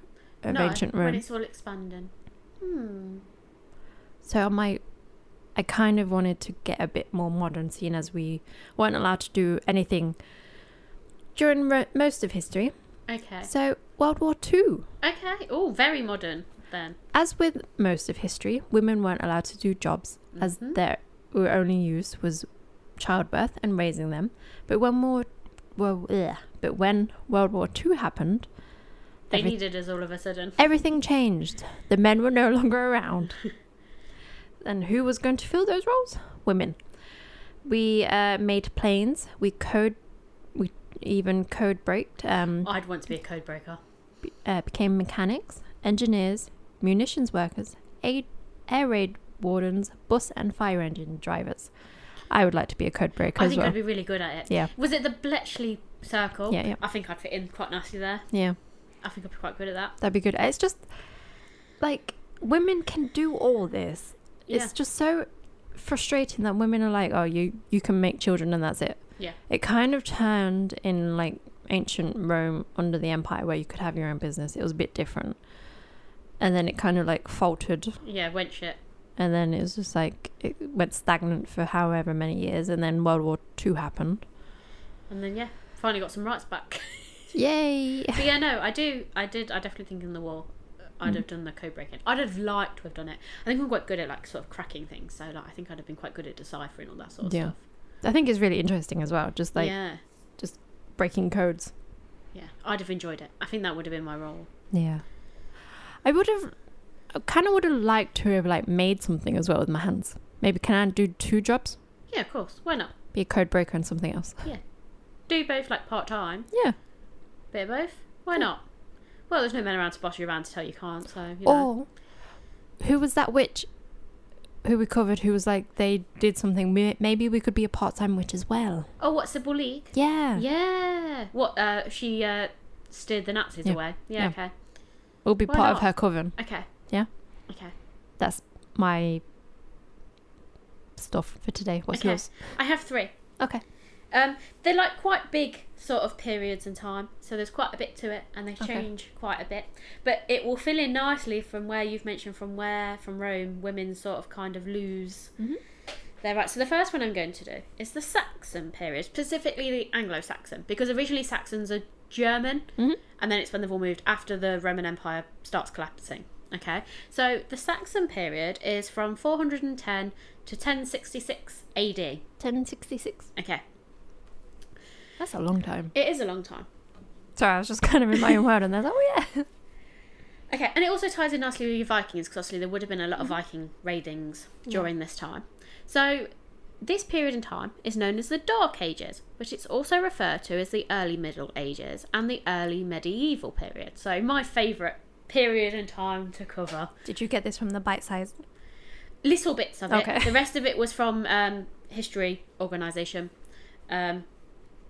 [SPEAKER 2] of
[SPEAKER 1] no,
[SPEAKER 2] ancient
[SPEAKER 1] when
[SPEAKER 2] Rome.
[SPEAKER 1] it's all expanding. Hmm.
[SPEAKER 2] So I might, I kind of wanted to get a bit more modern, seeing as we weren't allowed to do anything during ro- most of history.
[SPEAKER 1] Okay.
[SPEAKER 2] So World War Two.
[SPEAKER 1] Okay. Oh, very modern then.
[SPEAKER 2] As with most of history, women weren't allowed to do jobs as
[SPEAKER 1] Mhm.
[SPEAKER 2] their only use was childbirth and raising them. But when more, well, ugh, but when World War Two happened,
[SPEAKER 1] They
[SPEAKER 2] every-
[SPEAKER 1] needed us all of a sudden.
[SPEAKER 2] everything changed. The men were no <laughs> longer around. and who was going to fill those roles? Women. We uh, made planes. We code. We even code braked. Um,
[SPEAKER 1] I'd want to be a code breaker.
[SPEAKER 2] b- uh, became mechanics, engineers, munitions workers, aid, air raid wardens, bus and fire engine drivers. I would like to be a code breaker
[SPEAKER 1] I
[SPEAKER 2] as
[SPEAKER 1] think
[SPEAKER 2] well.
[SPEAKER 1] I'd be really good at it.
[SPEAKER 2] Yeah.
[SPEAKER 1] Was it the Bletchley Circle?
[SPEAKER 2] Yeah, yeah.
[SPEAKER 1] I think I'd fit in quite nicely there.
[SPEAKER 2] Yeah,
[SPEAKER 1] I think I'd be quite good at that.
[SPEAKER 2] that'd be good. It's just like women can do all this.
[SPEAKER 1] Yeah.
[SPEAKER 2] It's just so frustrating that women are like, oh, you you can make children and that's it.
[SPEAKER 1] Yeah.
[SPEAKER 2] It kind of turned in like ancient Rome under the empire where you could have your own business. It was a bit different. And then it kind of like faltered
[SPEAKER 1] Yeah, went shit.
[SPEAKER 2] and then it was just like it went stagnant for however many years and then world war ii happened
[SPEAKER 1] And then yeah, finally got some rights
[SPEAKER 2] <laughs>
[SPEAKER 1] back.
[SPEAKER 2] yay
[SPEAKER 1] but yeah, no, I do. I did. I definitely think in the war,
[SPEAKER 2] Mm.
[SPEAKER 1] I'd have done the code breaking. I'd have liked to have done it. I think I'm quite good at like sort of cracking things. So like, I think I'd have been quite good at deciphering all that sort of
[SPEAKER 2] Yeah.
[SPEAKER 1] stuff.
[SPEAKER 2] i think it's really interesting as well just like
[SPEAKER 1] yeah,
[SPEAKER 2] breaking codes
[SPEAKER 1] yeah. I'd have enjoyed it. I think that would have been my role.
[SPEAKER 2] yeah i would have I kind of would have liked to have like made something as well with my hands maybe can i do two jobs
[SPEAKER 1] Yeah, of course. Why not?
[SPEAKER 2] be a code breaker and something else
[SPEAKER 1] Do both like part time,
[SPEAKER 2] yeah
[SPEAKER 1] bit of both. Why not? Well, there's no men around to boss you around to tell you can't. So you know.
[SPEAKER 2] or who was that witch who we covered who was like they did something May- maybe we could be a part-time witch as well
[SPEAKER 1] Oh, what's the bully?
[SPEAKER 2] yeah,
[SPEAKER 1] Yeah. What? Uh, she uh, steered the Nazis
[SPEAKER 2] Yeah.
[SPEAKER 1] away. Yeah,
[SPEAKER 2] Yeah.
[SPEAKER 1] Okay.
[SPEAKER 2] we'll be
[SPEAKER 1] Why
[SPEAKER 2] part of
[SPEAKER 1] not?
[SPEAKER 2] her coven
[SPEAKER 1] Okay.
[SPEAKER 2] Yeah.
[SPEAKER 1] Okay.
[SPEAKER 2] that's my stuff for today. What's
[SPEAKER 1] Okay.
[SPEAKER 2] yours?
[SPEAKER 1] I have three.
[SPEAKER 2] Okay.
[SPEAKER 1] Um, they're like quite big sort of periods in time, so there's quite a bit to it, and they
[SPEAKER 2] Okay.
[SPEAKER 1] change quite a bit. But it will fill in nicely from where you've mentioned from where from Rome women sort of kind of lose
[SPEAKER 2] Mhm.
[SPEAKER 1] their right. So the first one I'm going to do is the Saxon period, specifically the Anglo-Saxon, because originally Saxons are German,
[SPEAKER 2] Mhm.
[SPEAKER 1] and then it's when they've all moved after the Roman Empire starts collapsing. Okay, so the Saxon period is from 410 to 1066 AD.
[SPEAKER 2] 1066.
[SPEAKER 1] Okay,
[SPEAKER 2] That's a long time.
[SPEAKER 1] it is a long time.
[SPEAKER 2] Sorry, I was just kind of in my own world and then, oh
[SPEAKER 1] <laughs>
[SPEAKER 2] yeah.
[SPEAKER 1] Okay, and it also ties in nicely with your Vikings because obviously there would have been a lot of
[SPEAKER 2] Mm-hmm.
[SPEAKER 1] Viking raidings during this time. So, this period in time is known as the Dark Ages, which it's also referred to as the early Middle Ages and the early medieval period. So, my favourite period in time to cover.
[SPEAKER 2] Did you get this from the bite size?
[SPEAKER 1] Little bits of
[SPEAKER 2] Okay.
[SPEAKER 1] it. The rest of it was from um, History Organisation. Um,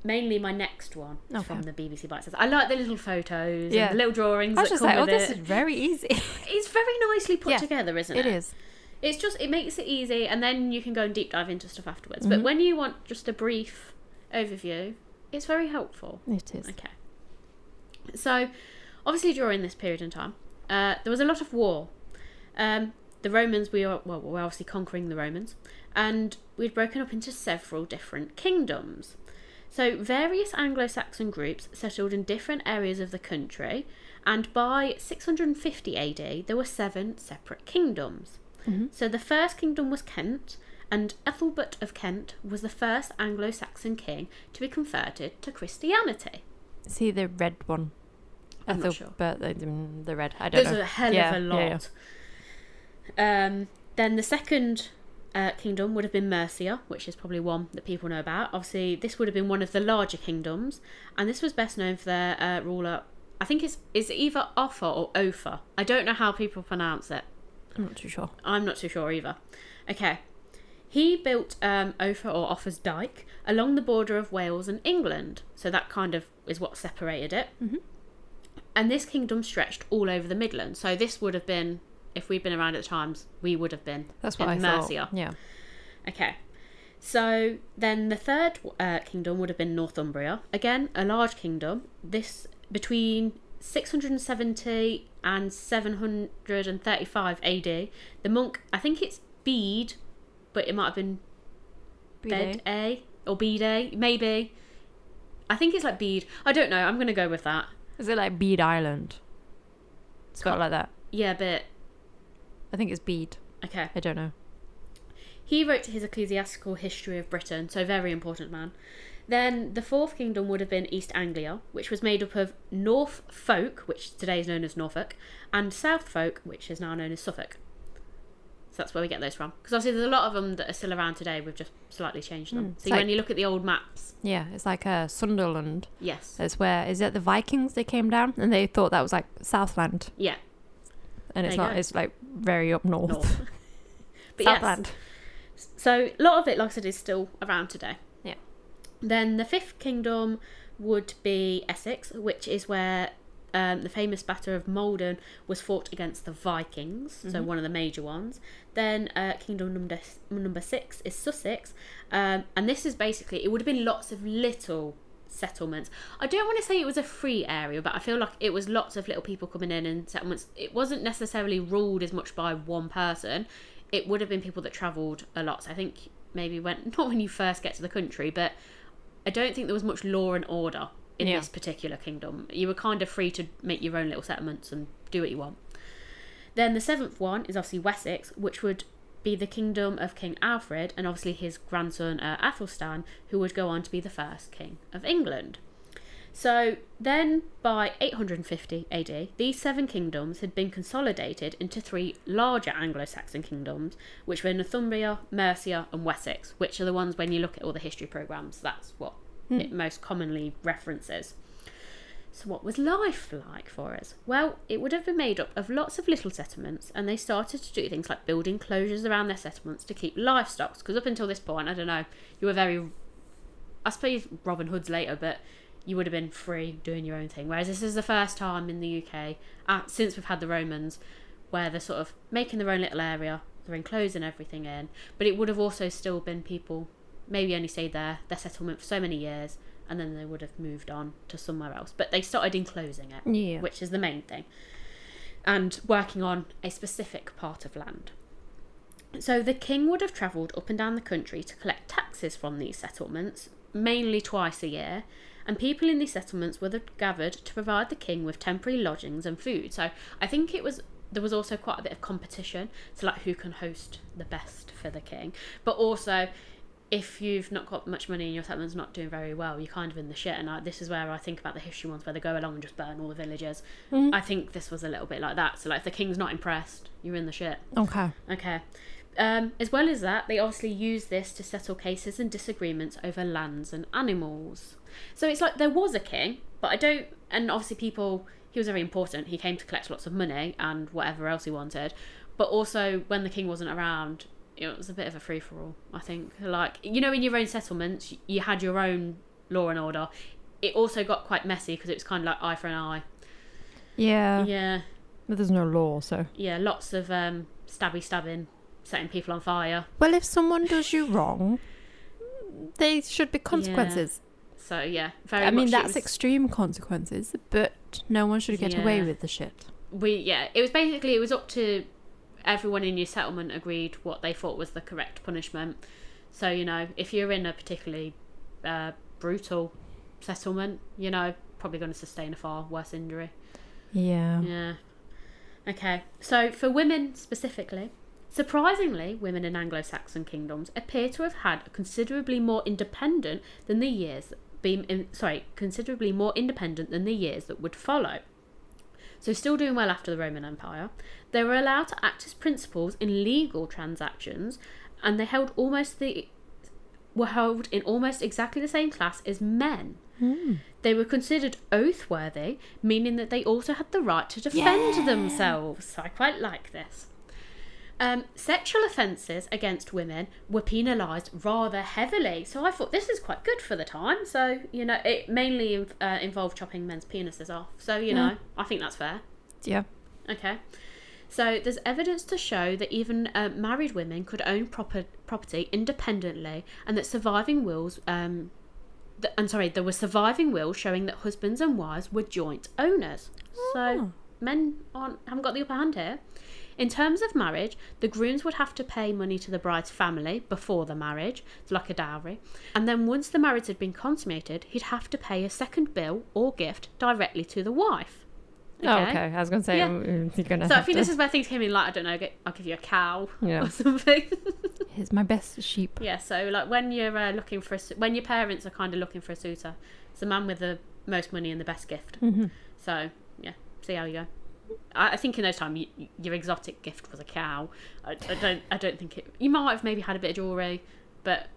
[SPEAKER 1] mainly my next one is
[SPEAKER 2] Okay.
[SPEAKER 1] from the BBC Bite Size. I like the little photos
[SPEAKER 2] Yeah.
[SPEAKER 1] and the little drawings
[SPEAKER 2] I was
[SPEAKER 1] that
[SPEAKER 2] just
[SPEAKER 1] come
[SPEAKER 2] like, oh,
[SPEAKER 1] with
[SPEAKER 2] this
[SPEAKER 1] it.
[SPEAKER 2] is very easy.
[SPEAKER 1] <laughs> It's very nicely put
[SPEAKER 2] Yeah,
[SPEAKER 1] together, isn't it?
[SPEAKER 2] it is.
[SPEAKER 1] It's just it makes it easy, and then you can go and deep dive into stuff afterwards.
[SPEAKER 2] Mhm.
[SPEAKER 1] But when you want just a brief overview, it's very helpful.
[SPEAKER 2] It is.
[SPEAKER 1] Okay. So, obviously, during this period in time, uh, there was a lot of war. Um, the Romans, we were, well, we were obviously conquering the Romans, and we'd broken up into several different kingdoms. So, various Anglo Saxon groups settled in different areas of the country, and by 650 AD, there were seven separate kingdoms.
[SPEAKER 2] Mhm.
[SPEAKER 1] So, the first kingdom was Kent, and Ethelbert of Kent was the first Anglo Saxon king to be converted to Christianity.
[SPEAKER 2] See the red one.
[SPEAKER 1] I'm
[SPEAKER 2] I
[SPEAKER 1] not
[SPEAKER 2] thought,
[SPEAKER 1] sure.
[SPEAKER 2] but the, mm, the red, I don't
[SPEAKER 1] There's
[SPEAKER 2] know.
[SPEAKER 1] a hell
[SPEAKER 2] Yeah,
[SPEAKER 1] of a
[SPEAKER 2] yeah, yeah.
[SPEAKER 1] lot. Um, then the second uh, kingdom would have been Mercia, which is probably one that people know about. Obviously, this would have been one of the larger kingdoms, and this was best known for their uh, ruler. I think it's it's either Offa or Ofa. I don't know how people pronounce it.
[SPEAKER 2] I'm not too sure.
[SPEAKER 1] I'm not too sure either. Okay. He built um, Ophir or Offa's Dyke along the border of Wales and England. So that kind of is what separated it.
[SPEAKER 2] Mhm.
[SPEAKER 1] And this kingdom stretched all over the Midlands. So this would have been, if we'd been around at the times, we would have been
[SPEAKER 2] That's what
[SPEAKER 1] in
[SPEAKER 2] I
[SPEAKER 1] Mercia.
[SPEAKER 2] thought. Yeah.
[SPEAKER 1] Okay. So then the third uh, kingdom would have been Northumbria. Again, a large kingdom. This between 670 and 735 AD. The monk, I think it's Bede, but it might have been Bed
[SPEAKER 2] Bede.
[SPEAKER 1] A or Bede A, maybe. I think it's like Bede. I don't know. I'm going to go with that.
[SPEAKER 2] Is it like Bead Island? Spelled like that.
[SPEAKER 1] Yeah, but
[SPEAKER 2] I think it's Bead.
[SPEAKER 1] okay.
[SPEAKER 2] I don't know.
[SPEAKER 1] He wrote his ecclesiastical history of Britain, so very important man. Then the fourth kingdom would have been East Anglia, which was made up of North Folk, which today is known as Norfolk, and South Folk, which is now known as Suffolk. So that's where we get those from. Because obviously there's a lot of them that are still around today. We've just slightly changed them.
[SPEAKER 2] Mm,
[SPEAKER 1] so
[SPEAKER 2] it's
[SPEAKER 1] when
[SPEAKER 2] like-
[SPEAKER 1] you look at the old maps,
[SPEAKER 2] Yeah, it's like uh, Sunderland.
[SPEAKER 1] yes,
[SPEAKER 2] That's where is it the Vikings they came down and they thought that was like Southland
[SPEAKER 1] yeah,
[SPEAKER 2] and it's
[SPEAKER 1] There you
[SPEAKER 2] not.
[SPEAKER 1] go.
[SPEAKER 2] It's like very up north.
[SPEAKER 1] North. but yes,
[SPEAKER 2] Southland.
[SPEAKER 1] So a lot of it, like I said, is still around today.
[SPEAKER 2] Yeah.
[SPEAKER 1] Then the fifth kingdom would be Essex, which is where um, the famous Battle of Maldon was fought against the Vikings, so one of the major ones. Then uh, kingdom number number six is Sussex, um, and this is basically it would have been lots of little settlements. I don't want to say it was a free area, but I feel like it was lots of little people coming in and settlements. It wasn't necessarily ruled as much by one person. It would have been people that travelled a lot. So I think maybe when <laughs> not when you first get to the country, but I don't think there was much law and order in
[SPEAKER 2] Yeah.
[SPEAKER 1] this particular kingdom. You were kind of free to make your own little settlements and do what you want. Then the seventh one is obviously Wessex, which would be the kingdom of King Alfred and obviously his grandson uh, Athelstan, who would go on to be the first king of England. So then, by 850 AD, these seven kingdoms had been consolidated into three larger Anglo Saxon kingdoms, which were Northumbria, Mercia, and Wessex, which are the ones when you look at all the history programmes, that's what it most commonly references. So, what was life like for us? Well, it would have been made up of lots of little settlements, and they started to do things like building closures around their settlements to keep livestock. Because up until this point, I don't know, you were very, I suppose Robin Hood's later, but you would have been free doing your own thing. Whereas this is the first time in the UK uh, since we've had the Romans where they're sort of making their own little area, they're enclosing everything in. But it would have also still been people maybe only stayed there, their settlement for so many years, and then they would have moved on to somewhere else. But they started enclosing it,
[SPEAKER 2] Yeah.
[SPEAKER 1] which is the main thing, and working on a specific part of land. So the king would have travelled up and down the country to collect taxes from these settlements, mainly twice a year, and people in these settlements were gathered to provide the king with temporary lodgings and food. So I think it was there was also quite a bit of competition to like who can host the best for the king, but also if you've not got much money and your settlement's not doing very well, you're kind of in the shit. And I, this is where I think about the history ones where they go along and just burn all the villagers. I think this was a little bit like that. So like if the king's not impressed, you're in the shit.
[SPEAKER 2] Okay.
[SPEAKER 1] Okay. Um, as well as that, they obviously use this to settle cases and disagreements over lands and animals. So it's like there was a king, but I don't. And obviously, people. He was very important. He came to collect lots of money and whatever else he wanted. But also, when the king wasn't around, it was a bit of a free for all, I think. Like, you know, in your own settlements, you had your own law and order. It also got quite messy because it was kind of like eye for an eye.
[SPEAKER 2] Yeah.
[SPEAKER 1] Yeah
[SPEAKER 2] But there's no law, so.
[SPEAKER 1] yeah, lots of um, stabby stabbing, setting people on fire.
[SPEAKER 2] Well, if someone does you wrong, they should be consequences.
[SPEAKER 1] So yeah, very.
[SPEAKER 2] I mean,
[SPEAKER 1] much it
[SPEAKER 2] that's
[SPEAKER 1] was-
[SPEAKER 2] extreme consequences, but no one should get away
[SPEAKER 1] Yeah.
[SPEAKER 2] with the shit.
[SPEAKER 1] we yeah. It was basically it was up to everyone in your settlement agreed what they thought was the correct punishment. So you know, if you're in a particularly uh, brutal settlement, you know, probably going to sustain a far worse injury.
[SPEAKER 2] Yeah.
[SPEAKER 1] Yeah. Okay. So for women specifically, surprisingly, women in Anglo-Saxon kingdoms appear to have had considerably more independent than the years being in, sorry, considerably more independent than the years that would follow. So still doing well after the Roman Empire, they were allowed to act as principals in legal transactions and they held almost the were held in almost exactly the same class as men. They were considered oath worthy, meaning that they also had the right to defend themselves. I quite like this. Um, sexual offences against women were penalised rather heavily, so I thought this is quite good for the time. So you know, it mainly uh, involved chopping men's penises off. So you know, I think that's fair.
[SPEAKER 2] Yeah.
[SPEAKER 1] Okay. So there's evidence to show that even uh, married women could own proper, property independently, and that surviving wills. Um, th- I'm sorry, there were surviving wills showing that husbands and wives were joint owners. So
[SPEAKER 2] Oh.
[SPEAKER 1] men aren't haven't got the upper hand here. In terms of marriage, the grooms would have to pay money to the bride's family before the marriage, it's like a dowry, and then once the marriage had been consummated, he'd have to pay a second bill or gift directly to the wife.
[SPEAKER 2] Oh, okay. I was gonna say
[SPEAKER 1] Yeah.
[SPEAKER 2] mm, you're gonna.
[SPEAKER 1] So I
[SPEAKER 2] have
[SPEAKER 1] think
[SPEAKER 2] to- Oh.
[SPEAKER 1] this is where things came in. Like I don't know, get, I'll give you a cow
[SPEAKER 2] <laughs> Yeah.
[SPEAKER 1] or <laughs> something.
[SPEAKER 2] Here's my best sheep.
[SPEAKER 1] yeah. So like when you're uh, looking for a, su- when your parents are kind of looking for a suitor, it's the man with the most money and the best gift.
[SPEAKER 2] Mhm.
[SPEAKER 1] So yeah, see how you go. I, I think in those time you, your exotic gift was a cow. I, I don't I don't think it. You might have maybe had a bit of jewelry, but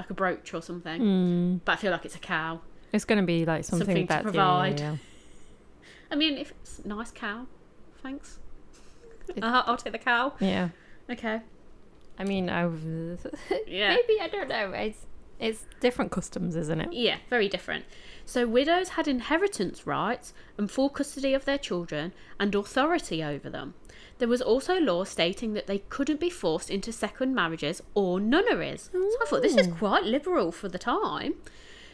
[SPEAKER 1] like a brooch or something.
[SPEAKER 2] Mm,
[SPEAKER 1] But I feel like it's a cow.
[SPEAKER 2] it's gonna be like something,
[SPEAKER 1] Something to
[SPEAKER 2] that's
[SPEAKER 1] provide.
[SPEAKER 2] Yeah,
[SPEAKER 1] I mean, if it's a nice cow, thanks.
[SPEAKER 2] It-
[SPEAKER 1] I'll, I'll take the cow.
[SPEAKER 2] yeah, yeah.
[SPEAKER 1] Okay.
[SPEAKER 2] I mean, I <laughs>
[SPEAKER 1] Yeah.
[SPEAKER 2] maybe I don't know. It's it's different customs, isn't it?
[SPEAKER 1] Yeah, very different. So widows had inheritance rights and full custody of their children and authority over them. There was also law stating that they couldn't be forced into second marriages or nunneries. So I thought this is quite liberal for the time.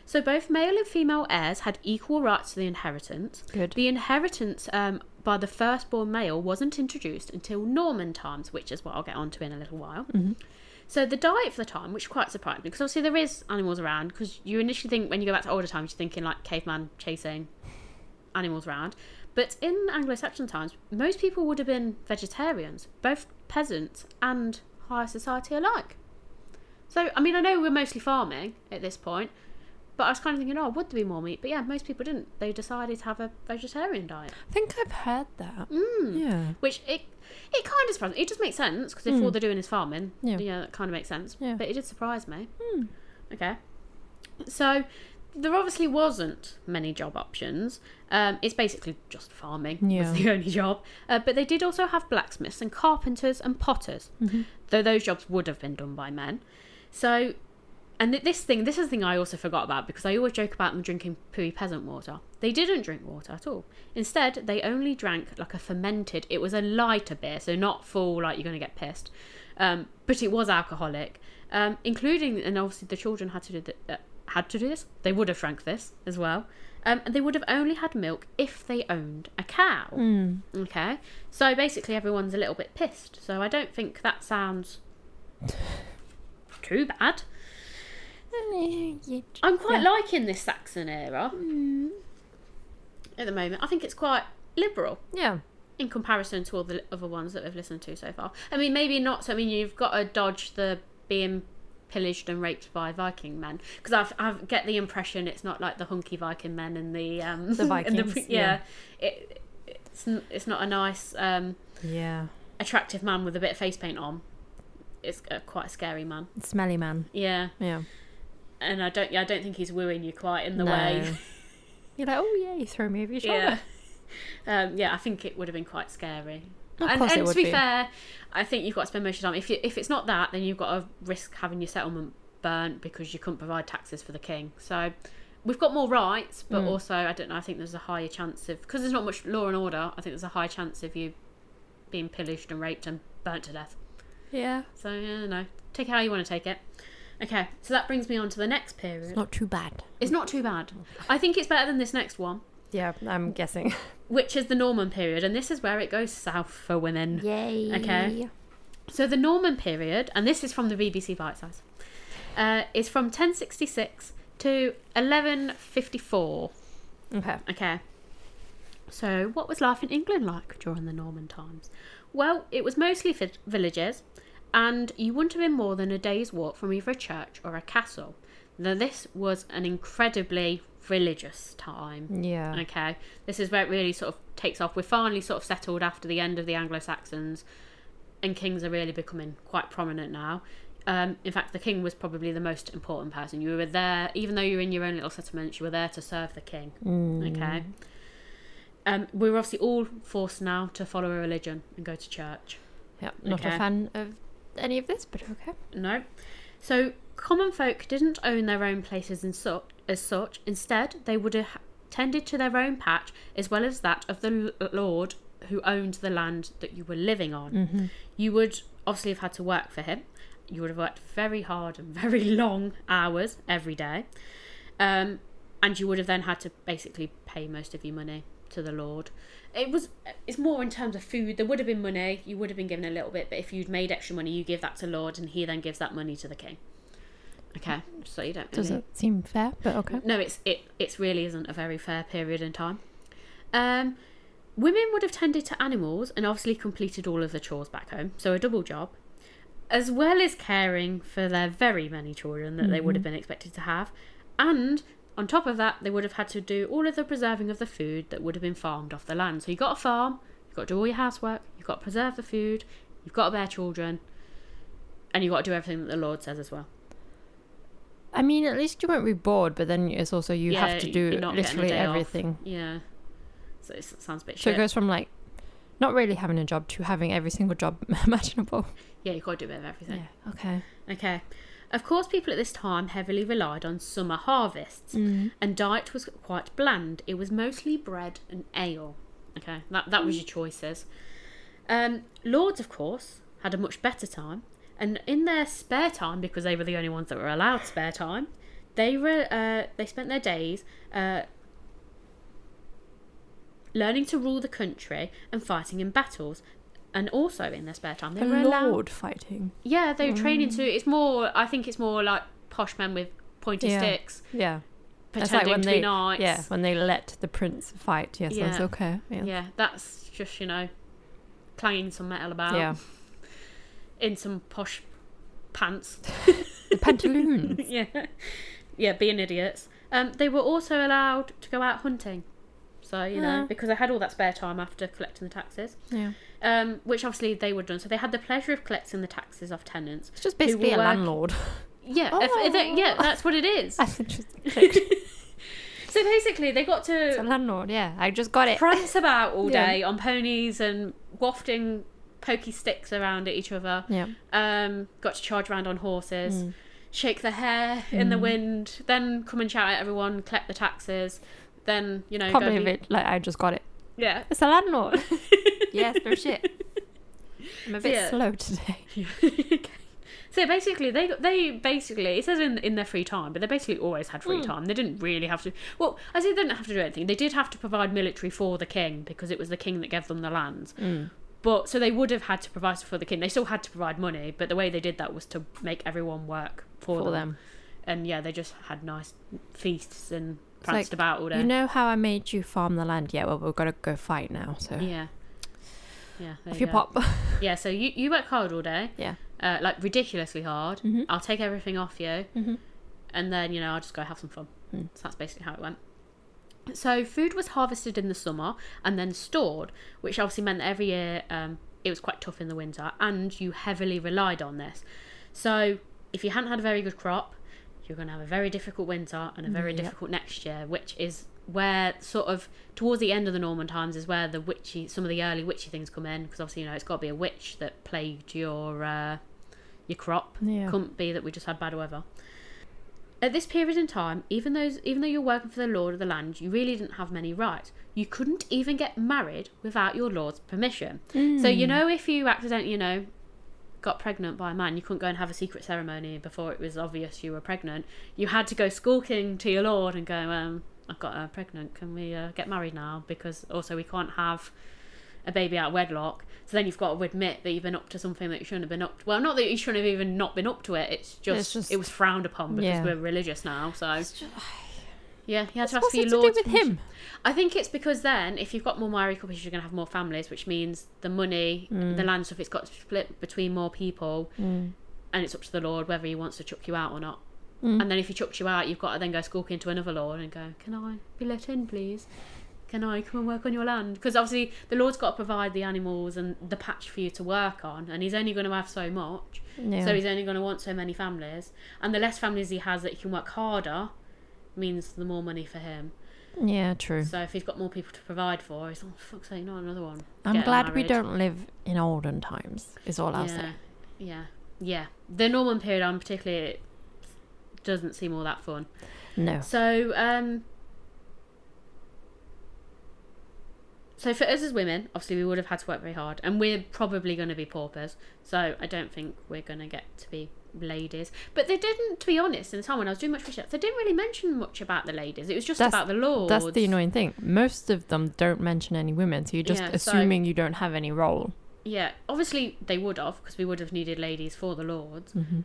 [SPEAKER 1] So both male and female heirs had equal rights to the inheritance.
[SPEAKER 2] Good.
[SPEAKER 1] The inheritance um, by the firstborn male wasn't introduced until Norman times, which is what I'll get onto in a little while. So the diet for the time, which quite surprised me, because obviously there is animals around. Because you initially think when you go back to older times, you're thinking like caveman chasing animals around, but in Anglo-Saxon times, most people would have been vegetarians, both peasants and higher society alike. So I mean, I know we're mostly farming at this point, but I was kind of thinking, oh, would there be more meat? But yeah, most people didn't. They decided to have a vegetarian diet,
[SPEAKER 2] I think I've heard that.
[SPEAKER 1] Mm.
[SPEAKER 2] Yeah,
[SPEAKER 1] which it it kind of surprised me. It just makes sense because if all they're doing is farming,
[SPEAKER 2] Hmm. Yeah.
[SPEAKER 1] yeah, that kind of makes sense.
[SPEAKER 2] Yeah.
[SPEAKER 1] But it did surprise me.
[SPEAKER 2] Hmm.
[SPEAKER 1] Okay. So there obviously wasn't many job options. Um, it's basically just farming
[SPEAKER 2] Yeah.
[SPEAKER 1] was the <laughs> only job. Uh, but they did also have blacksmiths and carpenters and potters, though those jobs would have been done by men. So, and th- this thing, this is the thing I also forgot about because I always joke about them drinking pooey peasant water. They didn't drink water at all. Instead, they only drank like a fermented. It was a lighter beer, so not full like you're going to get pissed, um, but it was alcoholic, um, including and obviously the children had to do th- uh, had to do this. They would have drank this as well. Um, and they would have only had milk if they owned a cow. Okay, so basically everyone's a little bit pissed. So I don't think that sounds too bad. I'm quite liking this Saxon era at the moment. I think it's quite liberal
[SPEAKER 2] yeah.
[SPEAKER 1] in comparison to all the other ones that we've listened to so far. I mean, maybe not. So I mean, you've got to dodge the being pillaged and raped by Viking men because I get the impression it's not like the hunky Viking men and the um <laughs> and
[SPEAKER 2] Vikings,
[SPEAKER 1] yeah, It, it's n- it's not a nice um
[SPEAKER 2] Yeah,
[SPEAKER 1] attractive man with a bit of face paint on. It's a, quite a scary man.
[SPEAKER 2] smelly man.
[SPEAKER 1] Yeah,
[SPEAKER 2] Yeah,
[SPEAKER 1] and I don't yeah, I don't think he's wooing you quite in the
[SPEAKER 2] No.
[SPEAKER 1] way.
[SPEAKER 2] <laughs> You're like, oh yeah, you throw me over your shoulder.
[SPEAKER 1] yeah. Um, yeah, I think it would have been quite scary.
[SPEAKER 2] Of
[SPEAKER 1] and
[SPEAKER 2] course
[SPEAKER 1] and
[SPEAKER 2] it would
[SPEAKER 1] to be,
[SPEAKER 2] be.
[SPEAKER 1] fair, I think you've got to spend most of your time. If you, if it's not that, then you've got to risk having your settlement burnt because you couldn't provide taxes for the king. So we've got more rights,
[SPEAKER 2] Hmm.
[SPEAKER 1] but also I don't know. I think there's a higher chance of because there's not much law and order. I think there's a high chance of you being pillaged and raped and burnt to death.
[SPEAKER 2] Yeah,
[SPEAKER 1] So yeah, no, take it how you want to take it. Okay, so that brings me on to the next period.
[SPEAKER 2] it's not too bad.
[SPEAKER 1] It's not too bad. I think it's better than this next one,
[SPEAKER 2] Yeah, I'm guessing. <laughs>
[SPEAKER 1] which is the Norman period, and this is where it goes south for women.
[SPEAKER 2] Yay.
[SPEAKER 1] Okay. So the Norman period, and this is from the BBC Bite Size, uh, is from 1066 to 1154.
[SPEAKER 2] Okay.
[SPEAKER 1] Okay. So, what was life in England like during the Norman times? Well, it was mostly vi- villages, and you wouldn't have been more than a day's walk from either a church or a castle. Now, this was an incredibly religious time.
[SPEAKER 2] Yeah.
[SPEAKER 1] Okay. This is where it really sort of takes off. We're finally sort of settled after the end of the Anglo Saxons, and kings are really becoming quite prominent now. Um, in fact, the king was probably the most important person. You were there, even though you were in your own little settlements, you were there to serve the king.
[SPEAKER 2] Mm.
[SPEAKER 1] Okay. Um, we we're obviously all forced now to follow a religion and go to church.
[SPEAKER 2] Yeah. Not
[SPEAKER 1] Okay.
[SPEAKER 2] a fan of any of this, but okay.
[SPEAKER 1] No. So common folk didn't own their own places in su- as such. Instead, they would have tended to their own patch as well as that of the l- lord who owned the land that you were living on.
[SPEAKER 2] Mm-hmm.
[SPEAKER 1] You would obviously have had to work for him. You would have worked very hard and <laughs> very long hours every day. Um, and you would have then had to basically pay most of your money to the Lord. It was it's more in terms of food. There would have been money. You would have been given a little bit, but if you'd made extra money, you give that to Lord, and He then gives that money to the King. Okay, so you don't. Really...
[SPEAKER 2] Doesn't seem fair, but okay.
[SPEAKER 1] No, it's it it's really isn't a very fair period in time. Um, women would have tended to animals and obviously completed all of the chores back home, so a double job, as well as caring for their very many children that they would
[SPEAKER 2] Mm-hmm.
[SPEAKER 1] have been expected to have, and on top of that, they would have had to do all of the preserving of the food that would have been farmed off the land. So you got a farm, you've got to do all your housework, you've got to preserve the food, you've got to bear children, and you've got to do everything that the Lord says as well.
[SPEAKER 2] I mean, at least you won't be bored, but then it's also you
[SPEAKER 1] Yeah,
[SPEAKER 2] have to do
[SPEAKER 1] you're not getting a
[SPEAKER 2] literally
[SPEAKER 1] day off.
[SPEAKER 2] everything.
[SPEAKER 1] Yeah. So it sounds a bit
[SPEAKER 2] So
[SPEAKER 1] shit.
[SPEAKER 2] it goes from like not really having a job to having every single job <laughs> imaginable.
[SPEAKER 1] yeah, you've got to do a bit of everything.
[SPEAKER 2] Okay.
[SPEAKER 1] Okay. Of course, people at this time heavily relied on summer harvests,
[SPEAKER 2] Mm-hmm. Mm.
[SPEAKER 1] and diet was quite bland. It was mostly bread and ale. Okay, that, that was your choices. Um, lords, of course, had a much better time, and in their spare time, because they were the only ones that were allowed spare time, they were uh, they spent their days uh, learning to rule the country and fighting in battles. And also in their spare time, they
[SPEAKER 2] The
[SPEAKER 1] were allowed
[SPEAKER 2] Lord fighting.
[SPEAKER 1] yeah, they were training
[SPEAKER 2] Mm.
[SPEAKER 1] to. It's more. I think it's more like posh men with pointy
[SPEAKER 2] Yeah.
[SPEAKER 1] sticks
[SPEAKER 2] Yeah. That's
[SPEAKER 1] pretending to
[SPEAKER 2] they
[SPEAKER 1] be knights.
[SPEAKER 2] yeah when they let the prince fight. Yes, that's
[SPEAKER 1] Yeah.
[SPEAKER 2] okay. Yeah.
[SPEAKER 1] yeah, that's just you know, clanging some metal about
[SPEAKER 2] Yeah.
[SPEAKER 1] in some posh pants. <laughs>
[SPEAKER 2] The pantaloon.
[SPEAKER 1] yeah, yeah, being idiots. Um, they were also allowed to go out hunting. So you know,
[SPEAKER 2] Yeah.
[SPEAKER 1] because I had all that spare time after collecting the taxes,
[SPEAKER 2] yeah.
[SPEAKER 1] um, which obviously they would have done. So they had the pleasure of collecting the taxes off tenants.
[SPEAKER 2] It's just
[SPEAKER 1] who were
[SPEAKER 2] basically a
[SPEAKER 1] work-
[SPEAKER 2] <laughs> landlord.
[SPEAKER 1] Yeah, if- if- yeah, that's what it is.
[SPEAKER 2] That's interesting.
[SPEAKER 1] so basically, they got to
[SPEAKER 2] It's a landlord. Yeah. I just got it.
[SPEAKER 1] prance about all
[SPEAKER 2] <laughs> Yeah.
[SPEAKER 1] day on ponies and wafting pokey sticks around at each other.
[SPEAKER 2] Yeah.
[SPEAKER 1] Um, got to charge around on
[SPEAKER 2] Hmm.
[SPEAKER 1] horses, shake their hair in the wind, then come and shout at everyone, collect the taxes, then you know,
[SPEAKER 2] Can't
[SPEAKER 1] go
[SPEAKER 2] believe
[SPEAKER 1] be-
[SPEAKER 2] it. Like I just got it.
[SPEAKER 1] yeah.
[SPEAKER 2] It's a landlord. yes. No shit. I'm a bit
[SPEAKER 1] Yeah.
[SPEAKER 2] slow today.
[SPEAKER 1] so basically, they they basically it says in in their free time, but they basically always had
[SPEAKER 2] Hmm.
[SPEAKER 1] free time. They didn't really have to. Well, I say they didn't have to do anything. They did have to provide military for the king because it was the king that gave them the lands. But so they would have had to provide for the king. They still had to provide money, but the way they did that was to make everyone work for,
[SPEAKER 2] For
[SPEAKER 1] them.
[SPEAKER 2] them.
[SPEAKER 1] And yeah, they just had nice feasts and
[SPEAKER 2] It's
[SPEAKER 1] pranced
[SPEAKER 2] like,
[SPEAKER 1] about all day.
[SPEAKER 2] You know how I made you farm the land? Yeah, well, we've got to go fight now. So
[SPEAKER 1] yeah, yeah. there
[SPEAKER 2] off
[SPEAKER 1] you
[SPEAKER 2] you
[SPEAKER 1] go.
[SPEAKER 2] pop.
[SPEAKER 1] Yeah. So you you work hard all day.
[SPEAKER 2] <laughs> yeah.
[SPEAKER 1] uh, like ridiculously hard.
[SPEAKER 2] Mm-hmm.
[SPEAKER 1] I'll take everything off you, and then you know I'll just go have some fun. So that's basically how it went. So food was harvested in the summer and then stored, which obviously meant that every year um, it was quite tough in the winter, and you heavily relied on this. So if you hadn't had a very good crop, you're going to have a very difficult winter and a very
[SPEAKER 2] Yep.
[SPEAKER 1] difficult next year, which is where sort of towards the end of the Norman times is where the witchy some of the early witchy things come in because obviously you know it's got to be a witch that plagued your uh, your crop.
[SPEAKER 2] Yeah.
[SPEAKER 1] Couldn't be that we just had bad weather. At this period in time, even though even though you're working for the lord of the land, you really didn't have many rights. You couldn't even get married without your lord's permission. So you know, if you accidentally, you know, got pregnant by a man, you couldn't go and have a secret ceremony before it was obvious you were pregnant. You had to go skulking to your lord and go, um, "I've got uh, pregnant. Can we uh, get married now?" Because also we can't have a baby out of wedlock. So then you've got to admit that you've been up to something that you shouldn't have been up to. Well, not that you shouldn't have even not been up to it. It's just,
[SPEAKER 2] It's just-
[SPEAKER 1] it was frowned upon because
[SPEAKER 2] Yeah.
[SPEAKER 1] we're religious now. So
[SPEAKER 2] <sighs>
[SPEAKER 1] yeah, you had to ask
[SPEAKER 2] What's
[SPEAKER 1] for your
[SPEAKER 2] it to do
[SPEAKER 1] lord's
[SPEAKER 2] with him?
[SPEAKER 1] I think it's because then, if you've got more Maori couples, you're going to have more families, which means the money, the land stuff, it's got split between more people, and it's up to the Lord whether he wants to chuck you out or not. And then if he chucks you out, you've got to then go skulking to another Lord and go, "Can I be let in, please? Can I come and work on your land?" Because obviously the Lord's got to provide the animals and the patch for you to work on, and he's only going to have so much.
[SPEAKER 2] Yeah.
[SPEAKER 1] So he's only going to want so many families, and the less families he has that he can work harder means the more money for him.
[SPEAKER 2] yeah, true.
[SPEAKER 1] So if he's got more people to provide for, he's like, oh, fuck's sake, not another one.
[SPEAKER 2] I'm
[SPEAKER 1] Get
[SPEAKER 2] glad we
[SPEAKER 1] married."
[SPEAKER 2] don't live in olden times. Is all I'll
[SPEAKER 1] Yeah,
[SPEAKER 2] say.
[SPEAKER 1] yeah, yeah. The Norman period, I'm particularly, doesn't seem all that fun.
[SPEAKER 2] No.
[SPEAKER 1] So, um, so for us as women, obviously we would have had to work very hard, and we're probably going to be paupers. So I don't think we're going to get to be ladies. But they didn't, to be honest. In the time when I was doing much research, they didn't really mention much about the ladies. It was just
[SPEAKER 2] That's-
[SPEAKER 1] about the lords.
[SPEAKER 2] That's the annoying thing. Most of them don't mention any women, so you're just
[SPEAKER 1] Yeah, so-
[SPEAKER 2] assuming you don't have any role.
[SPEAKER 1] Yeah, obviously they would have because we would have needed ladies for the lords.
[SPEAKER 2] Mm-hmm.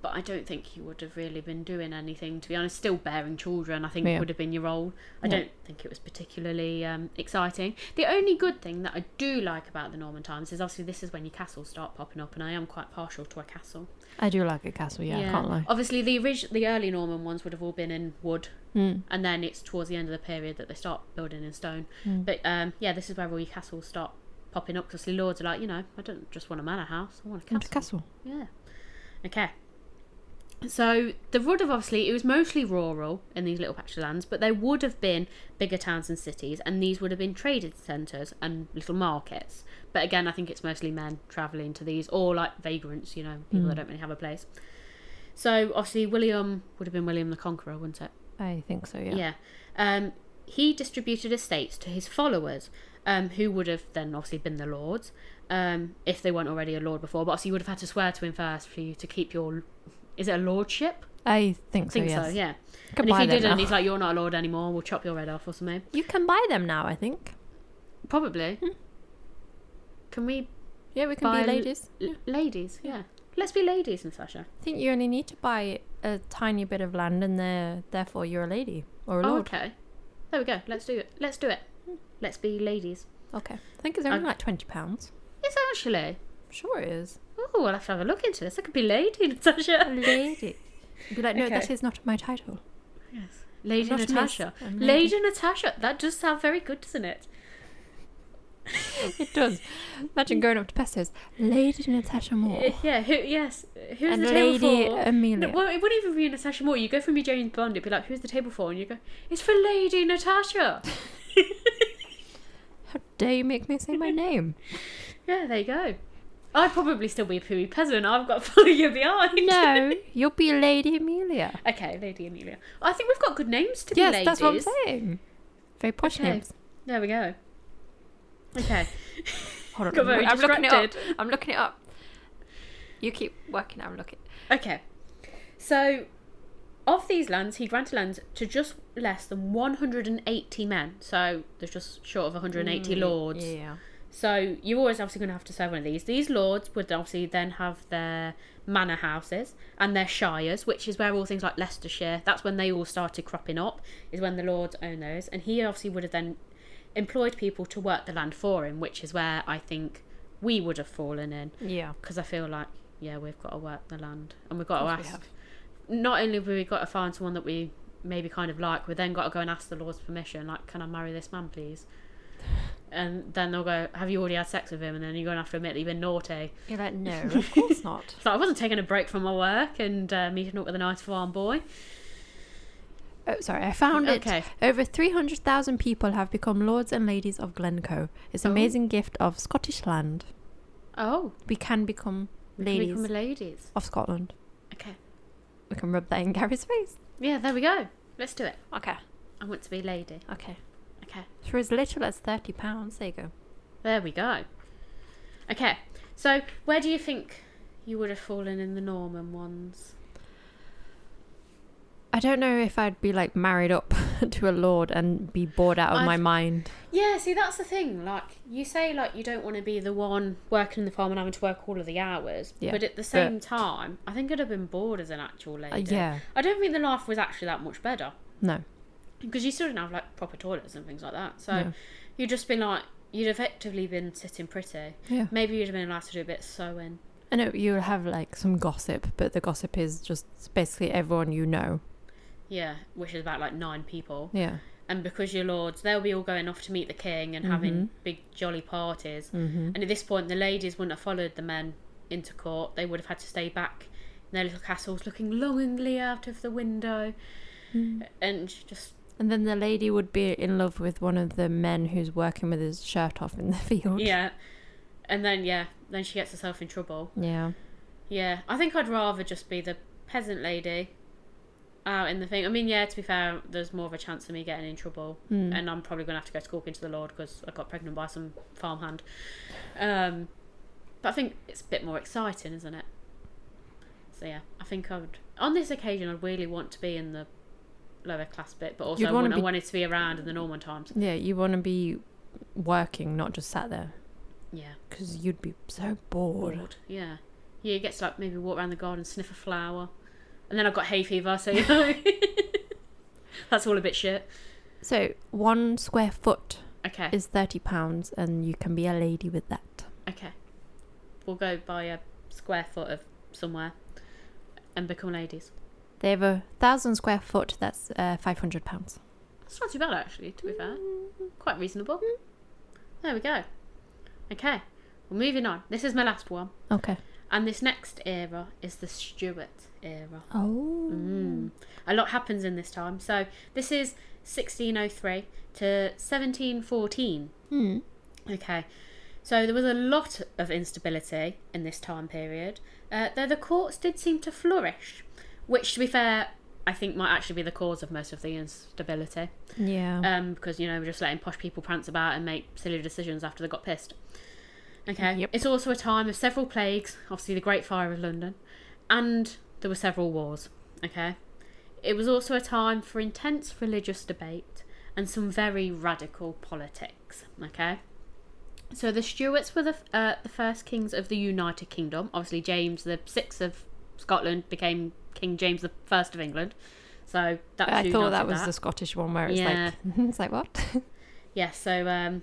[SPEAKER 1] But I don't think you would have really been doing anything. To be honest, still bearing children, I think
[SPEAKER 2] Yeah.
[SPEAKER 1] would have been your role. I
[SPEAKER 2] Yeah.
[SPEAKER 1] don't think it was particularly um, exciting. The only good thing that I do like about the Norman times is obviously this is when your castles start popping up, and I am quite partial to a castle.
[SPEAKER 2] I do like a castle, yeah, I can't lie.
[SPEAKER 1] Obviously, the orig- the early Norman ones would have all been in wood,
[SPEAKER 2] Mm.
[SPEAKER 1] and then it's towards the end of the period that they start building in stone.
[SPEAKER 2] Mm.
[SPEAKER 1] But um, yeah, this is where all your castles start popping up. Because the lords are like, you know, I don't just want a manor house; I want a
[SPEAKER 2] And a
[SPEAKER 1] castle.
[SPEAKER 2] castle.
[SPEAKER 1] Yeah. Okay. So the would have obviously it was mostly rural in these little patch of lands, but there would have been bigger towns and cities, and these would have been traded centres and little markets. But again, I think it's mostly men travelling to these, or like vagrants, you know, people that don't really have a place. So obviously William would have been William the Conqueror, wouldn't it?
[SPEAKER 2] I think so, yeah.
[SPEAKER 1] Yeah. Um, he distributed estates to his followers, um, who would have then obviously been the lords, um, if they weren't already a lord before. But obviously, you would have had to swear to him first for you to keep your. Is it a lordship?
[SPEAKER 2] I think
[SPEAKER 1] I
[SPEAKER 2] so,
[SPEAKER 1] think
[SPEAKER 2] yes.
[SPEAKER 1] so, yeah.
[SPEAKER 2] You can
[SPEAKER 1] And if
[SPEAKER 2] buy
[SPEAKER 1] he
[SPEAKER 2] them
[SPEAKER 1] didn't,
[SPEAKER 2] now.
[SPEAKER 1] he's like, you're not a lord anymore, we'll chop your head off or something. Hmm.
[SPEAKER 2] You can buy them now, I think.
[SPEAKER 1] Probably. Can we.
[SPEAKER 2] Yeah, we can
[SPEAKER 1] Buy
[SPEAKER 2] be
[SPEAKER 1] l-
[SPEAKER 2] ladies.
[SPEAKER 1] L- ladies, yeah. Let's be ladies in Sasha.
[SPEAKER 2] I think you only need to buy a tiny bit of land and there, therefore you're a lady or a
[SPEAKER 1] Oh,
[SPEAKER 2] lord. Hmm.
[SPEAKER 1] okay. There we go. Let's do it. Let's do it. Let's be ladies.
[SPEAKER 2] okay. I think it's only
[SPEAKER 1] Um,
[SPEAKER 2] like £20. pounds.
[SPEAKER 1] It's actually.
[SPEAKER 2] Sure it is.
[SPEAKER 1] Oh, I'll have to have a look into this. I could be lady <laughs> in Sasha.
[SPEAKER 2] A lady. You'd be like, no, that
[SPEAKER 1] Okay.
[SPEAKER 2] is not my title.
[SPEAKER 1] Yes. Lady
[SPEAKER 2] Not miss,
[SPEAKER 1] Natasha.
[SPEAKER 2] a lady.
[SPEAKER 1] Lady Natasha. That does sound very good, doesn't it?
[SPEAKER 2] <laughs> It does. Imagine going up to Pestos. Lady Natasha Moore.
[SPEAKER 1] Uh, yeah, who, yes. Uh, Who's
[SPEAKER 2] and
[SPEAKER 1] the
[SPEAKER 2] Lady
[SPEAKER 1] table for?
[SPEAKER 2] Amelia.
[SPEAKER 1] No, well, it wouldn't even be Natasha Moore. You go from your James Bond, it'd be like, who's the table for? And you go, it's for Lady
[SPEAKER 2] <laughs>
[SPEAKER 1] Natasha.
[SPEAKER 2] How dare you make me say <laughs> my name?
[SPEAKER 1] yeah, there you go. I'd probably still be a pooey peasant. I've got <laughs> to follow you behind.
[SPEAKER 2] No, you'll be Lady Amelia.
[SPEAKER 1] <laughs> okay, Lady Amelia. I think we've got good names to
[SPEAKER 2] yes,
[SPEAKER 1] be ladies.
[SPEAKER 2] that's what I'm saying. Very posh
[SPEAKER 1] Okay.
[SPEAKER 2] names.
[SPEAKER 1] There we go. Okay.
[SPEAKER 2] Hold
[SPEAKER 1] <laughs> Got
[SPEAKER 2] on,
[SPEAKER 1] very
[SPEAKER 2] I'm, I'm looking it up.
[SPEAKER 1] distracted.
[SPEAKER 2] I'm looking it up. You keep working. I'm looking.
[SPEAKER 1] Okay. So, of these lands, he granted lands to just less than 180 men. So, there's just short of 180 lords.
[SPEAKER 2] Mm, Yeah.
[SPEAKER 1] So, you're always obviously going to have to serve one of these. These lords would obviously then have their manor houses and their shires, which is where all things like Leicestershire, that's when they all started cropping up, is when the lords own those. And he obviously would have then employed people to work the land for him, which is where I think we would have fallen in
[SPEAKER 2] Yeah.
[SPEAKER 1] because I feel like yeah, we've got to work the land and we've got to
[SPEAKER 2] Of course we
[SPEAKER 1] ask. Not only have we got to find someone that we maybe kind of like, we then got to go and ask the Lord's permission. Like, can I marry this man, please? And then they'll go, "Have you already had sex with him?" And then you're going to have to admit that you've been naughty.
[SPEAKER 2] You're like, <laughs> no, of course not.
[SPEAKER 1] So I wasn't taking a break from my work and uh, meeting up with a nice farm boy.
[SPEAKER 2] Oh, sorry, I found it.
[SPEAKER 1] Okay.
[SPEAKER 2] Over 300,000 people have become lords and ladies of Glencoe. It's
[SPEAKER 1] Oh.
[SPEAKER 2] amazing gift of Scottish land.
[SPEAKER 1] Oh,
[SPEAKER 2] We can become
[SPEAKER 1] can we
[SPEAKER 2] ladies
[SPEAKER 1] become ladies.
[SPEAKER 2] of Scotland.
[SPEAKER 1] Okay,
[SPEAKER 2] We can rub that in Gary's face.
[SPEAKER 1] yeah, there we go. Let's do it.
[SPEAKER 2] Okay.
[SPEAKER 1] I want to be a lady.
[SPEAKER 2] Okay.
[SPEAKER 1] Okay.
[SPEAKER 2] For as little as thirty pounds, there you go.
[SPEAKER 1] There we go. Okay, so where do you think you would have fallen in the Norman ones?
[SPEAKER 2] I don't know if I'd be like married up <laughs> to a lord and be bored out of my
[SPEAKER 1] I've-
[SPEAKER 2] mind.
[SPEAKER 1] Yeah, see, that's the thing. Like, you say, like, you don't want to be the one working in the farm and having to work all of the hours.
[SPEAKER 2] Yeah,
[SPEAKER 1] But at the same time, I think I'd have been bored as an actual lady.
[SPEAKER 2] Uh, yeah,
[SPEAKER 1] I don't think the life was actually that much better.
[SPEAKER 2] no,
[SPEAKER 1] Because you still didn't have, like, proper toilets and things like that. So
[SPEAKER 2] No.
[SPEAKER 1] you'd just been, like, you'd effectively been sitting pretty.
[SPEAKER 2] yeah.
[SPEAKER 1] Maybe you'd have been allowed to do a bit of sewing.
[SPEAKER 2] I know you'll have like some gossip, but the gossip is just basically everyone you know.
[SPEAKER 1] Yeah, which is about, like, nine people.
[SPEAKER 2] Yeah,
[SPEAKER 1] and because you're lords, they'll be all going off to meet the king and having big jolly parties.
[SPEAKER 2] mm-hmm.
[SPEAKER 1] And at this point, the ladies wouldn't have followed the men into court. They would have had to stay back in their little castles, looking longingly out of the window, and just
[SPEAKER 2] and then the lady would be in love with one of the men who's working with his shirt off in the <laughs> field.
[SPEAKER 1] yeah. And then yeah, then she gets herself in trouble.
[SPEAKER 2] yeah.
[SPEAKER 1] Yeah, I think I'd rather just be the peasant lady, out in the thing. I mean, yeah, to be fair, there's more of a chance of me getting in trouble,
[SPEAKER 2] Hmm.
[SPEAKER 1] and I'm probably gonna have to go squawking to the Lord because I got pregnant by some farmhand. Um, but I think it's a bit more exciting, isn't it? So yeah, I think I would. On this occasion, I'd really want to be in the lower class bit, but also
[SPEAKER 2] You'd
[SPEAKER 1] I
[SPEAKER 2] wanna
[SPEAKER 1] want, I
[SPEAKER 2] be-
[SPEAKER 1] wanted to be around in the normal times.
[SPEAKER 2] Yeah, you want to be working, not just sat there,
[SPEAKER 1] Yeah,
[SPEAKER 2] because you'd be so bored.
[SPEAKER 1] bored. Yeah, yeah, you get to like maybe walk around the garden, sniff a flower, and then I've got hay fever, so you know. <laughs> that's all a bit shit.
[SPEAKER 2] So one square foot
[SPEAKER 1] Okay.
[SPEAKER 2] is thirty pounds, and you can be a lady with that.
[SPEAKER 1] Okay. We'll go buy a square foot of somewhere and become ladies.
[SPEAKER 2] They have a thousand square foot. That's uh, five hundred pounds.
[SPEAKER 1] That's not too bad, actually, to be fair.
[SPEAKER 2] Mm.
[SPEAKER 1] Quite reasonable. There we go. Okay. Well, moving on. This is my last one.
[SPEAKER 2] Okay.
[SPEAKER 1] And this next era is the Stuart era.
[SPEAKER 2] Oh.
[SPEAKER 1] Mm. A lot happens in this time. So this is 1603 to 1714.
[SPEAKER 2] Hmm.
[SPEAKER 1] Okay. So there was a lot of instability in this time period, uh, though the courts did seem to flourish, which, to be fair, I think might actually be the cause of most of the instability.
[SPEAKER 2] Yeah.
[SPEAKER 1] Um, because you know we're just letting posh people prance about and make silly decisions after they got pissed. Okay.
[SPEAKER 2] Yep.
[SPEAKER 1] It's also a time of several plagues, obviously the Great Fire of London, and there were several wars. Okay. It was also a time for intense religious debate and some very radical politics. Okay. So the Stuarts were the f- uh, the first kings of the United Kingdom. Obviously, James the Sixth of Scotland became King James the First of England. So that's
[SPEAKER 2] I
[SPEAKER 1] who
[SPEAKER 2] thought
[SPEAKER 1] noted
[SPEAKER 2] that was
[SPEAKER 1] that.
[SPEAKER 2] the Scottish one where it's
[SPEAKER 1] Yeah.
[SPEAKER 2] like <laughs> it's like what?
[SPEAKER 1] Yeah, so um,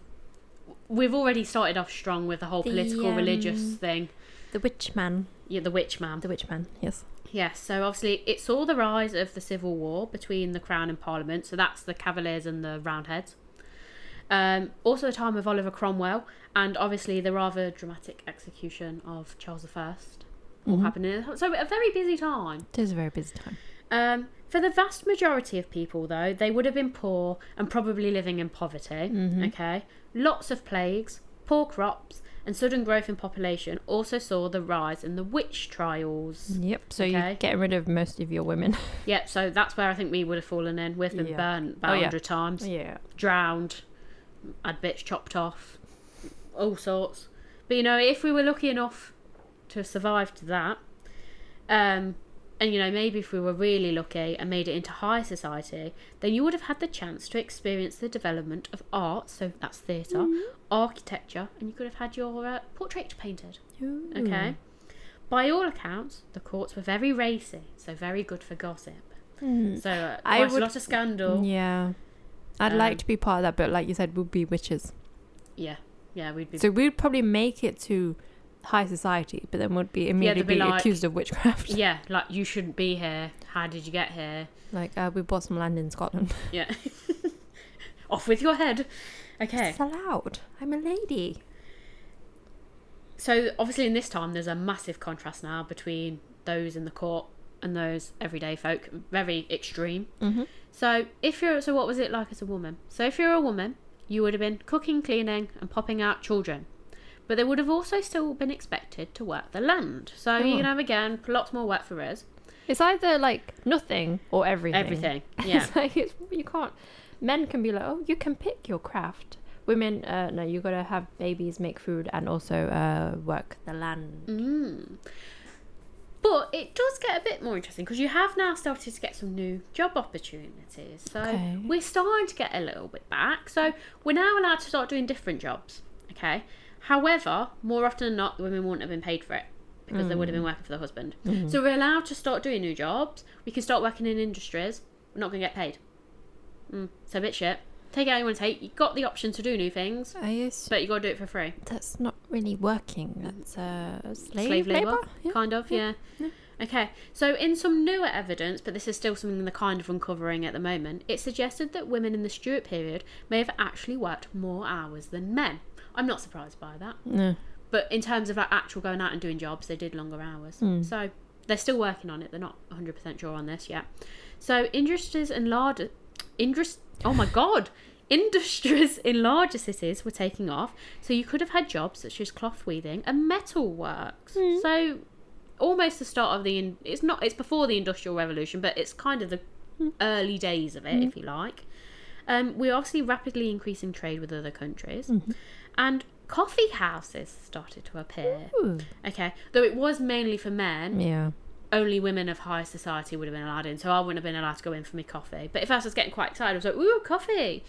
[SPEAKER 1] we've already started off strong with the whole
[SPEAKER 2] The,
[SPEAKER 1] political religious
[SPEAKER 2] um,
[SPEAKER 1] thing.
[SPEAKER 2] the witch man.
[SPEAKER 1] Yeah, the witch man.
[SPEAKER 2] The witch man. Yes.
[SPEAKER 1] Yeah, so obviously it saw the rise of the civil war between the crown and parliament. So that's the Cavaliers and the Roundheads. Um, also, the time of Oliver Cromwell, and obviously the rather dramatic execution of Charles I. All
[SPEAKER 2] Mhm.
[SPEAKER 1] happening. So a very busy time.
[SPEAKER 2] It is a very busy time.
[SPEAKER 1] Um, for the vast majority of people, though, they would have been poor and probably living in poverty.
[SPEAKER 2] Mm-hmm.
[SPEAKER 1] Okay. Lots of plagues, poor crops, and sudden growth in population also saw the rise in the witch trials.
[SPEAKER 2] Yep. So you're
[SPEAKER 1] Okay.
[SPEAKER 2] getting rid of most of your women. <laughs>
[SPEAKER 1] Yep, so that's where I think we would have fallen in. We've been
[SPEAKER 2] Yeah.
[SPEAKER 1] burnt about
[SPEAKER 2] Oh,
[SPEAKER 1] a
[SPEAKER 2] yeah.
[SPEAKER 1] 100 times,
[SPEAKER 2] yeah.
[SPEAKER 1] drowned, had bits chopped off, all sorts. But you know, if we were lucky enough to have survived that, um, and you know, maybe if we were really lucky and made it into high society, then you would have had the chance to experience the development of art, so that's theater
[SPEAKER 2] Mm-hmm.
[SPEAKER 1] architecture, and you could have had your uh, portrait painted.
[SPEAKER 2] Mm.
[SPEAKER 1] Okay. By all accounts, the courts were very racy, so very good for gossip.
[SPEAKER 2] Mm.
[SPEAKER 1] So uh,
[SPEAKER 2] I
[SPEAKER 1] quite
[SPEAKER 2] would-
[SPEAKER 1] a lot of scandal.
[SPEAKER 2] Yeah. I'd
[SPEAKER 1] Um,
[SPEAKER 2] like to be part of that, but like you said, we'd be witches.
[SPEAKER 1] Yeah, yeah, we'd be.
[SPEAKER 2] So we'd probably make it to high society, but then would be immediately
[SPEAKER 1] be
[SPEAKER 2] be
[SPEAKER 1] like-
[SPEAKER 2] accused of witchcraft. <laughs>
[SPEAKER 1] yeah, like you shouldn't be here. How did you get here?
[SPEAKER 2] Like uh, we bought some land in Scotland. <laughs>
[SPEAKER 1] Yeah. <laughs> Off with your head. Okay.
[SPEAKER 2] It's allowed. I'm a lady.
[SPEAKER 1] So obviously in this time there's a massive contrast now between those in the court and those everyday folk. Very extreme.
[SPEAKER 2] Mm-hmm.
[SPEAKER 1] So if you're so what was it like as a woman? So if you're a woman, you would have been cooking, cleaning and popping out children. But they would have also still been expected to work the land. So you
[SPEAKER 2] Oh.
[SPEAKER 1] know again, lots more work for us.
[SPEAKER 2] It's either like nothing or everything.
[SPEAKER 1] Everything. <laughs> Yeah.
[SPEAKER 2] <laughs> it's like it's, you can't. Men can be like, oh, you can pick your craft. Women, uh, no, you gotta have babies, make food, and also uh, work the land.
[SPEAKER 1] Mm. But it does get a bit more interesting because you have now started to get some new job opportunities. So
[SPEAKER 2] Okay.
[SPEAKER 1] we're starting to get a little bit back. So we're now allowed to start doing different jobs. Okay. However, more often than not, the women wouldn't have been paid for it because they would have been working for the husband. So we're allowed to start doing new jobs. We can start working in industries. We're not going to get paid. Mm. So a bit shit. Take it how you want to take. You've got the option to do new things,
[SPEAKER 2] I guess
[SPEAKER 1] but you got to do it for free.
[SPEAKER 2] that's not really working. That's uh, slave,
[SPEAKER 1] slave
[SPEAKER 2] labor.
[SPEAKER 1] labour, kind of, yeah. Okay, so in some newer evidence, but this is still something they're kind of uncovering at the moment, it suggested that women in the Stuart period may have actually worked more hours than men. I'm not surprised by that,
[SPEAKER 2] No.
[SPEAKER 1] but in terms of like actual going out and doing jobs, they did longer hours. So they're still working on it. They're not 100% sure on this yet. So industries and larger, industries. Oh my god. <laughs> Industries in larger cities were taking off, so you could have had jobs such as cloth weaving and metal works. So, almost the start of the. In, it's not. It's before the industrial revolution, but it's kind of the early days of it, if you like. Um, we're obviously rapidly increasing trade with other countries, and coffee houses started to appear.
[SPEAKER 2] Ooh.
[SPEAKER 1] Okay, though it was mainly for men,
[SPEAKER 2] Yeah.
[SPEAKER 1] only women of high society would have been allowed in, so I wouldn't have been allowed to go in for my coffee. But if I was getting quite excited, I was like, "Ooh, coffee!"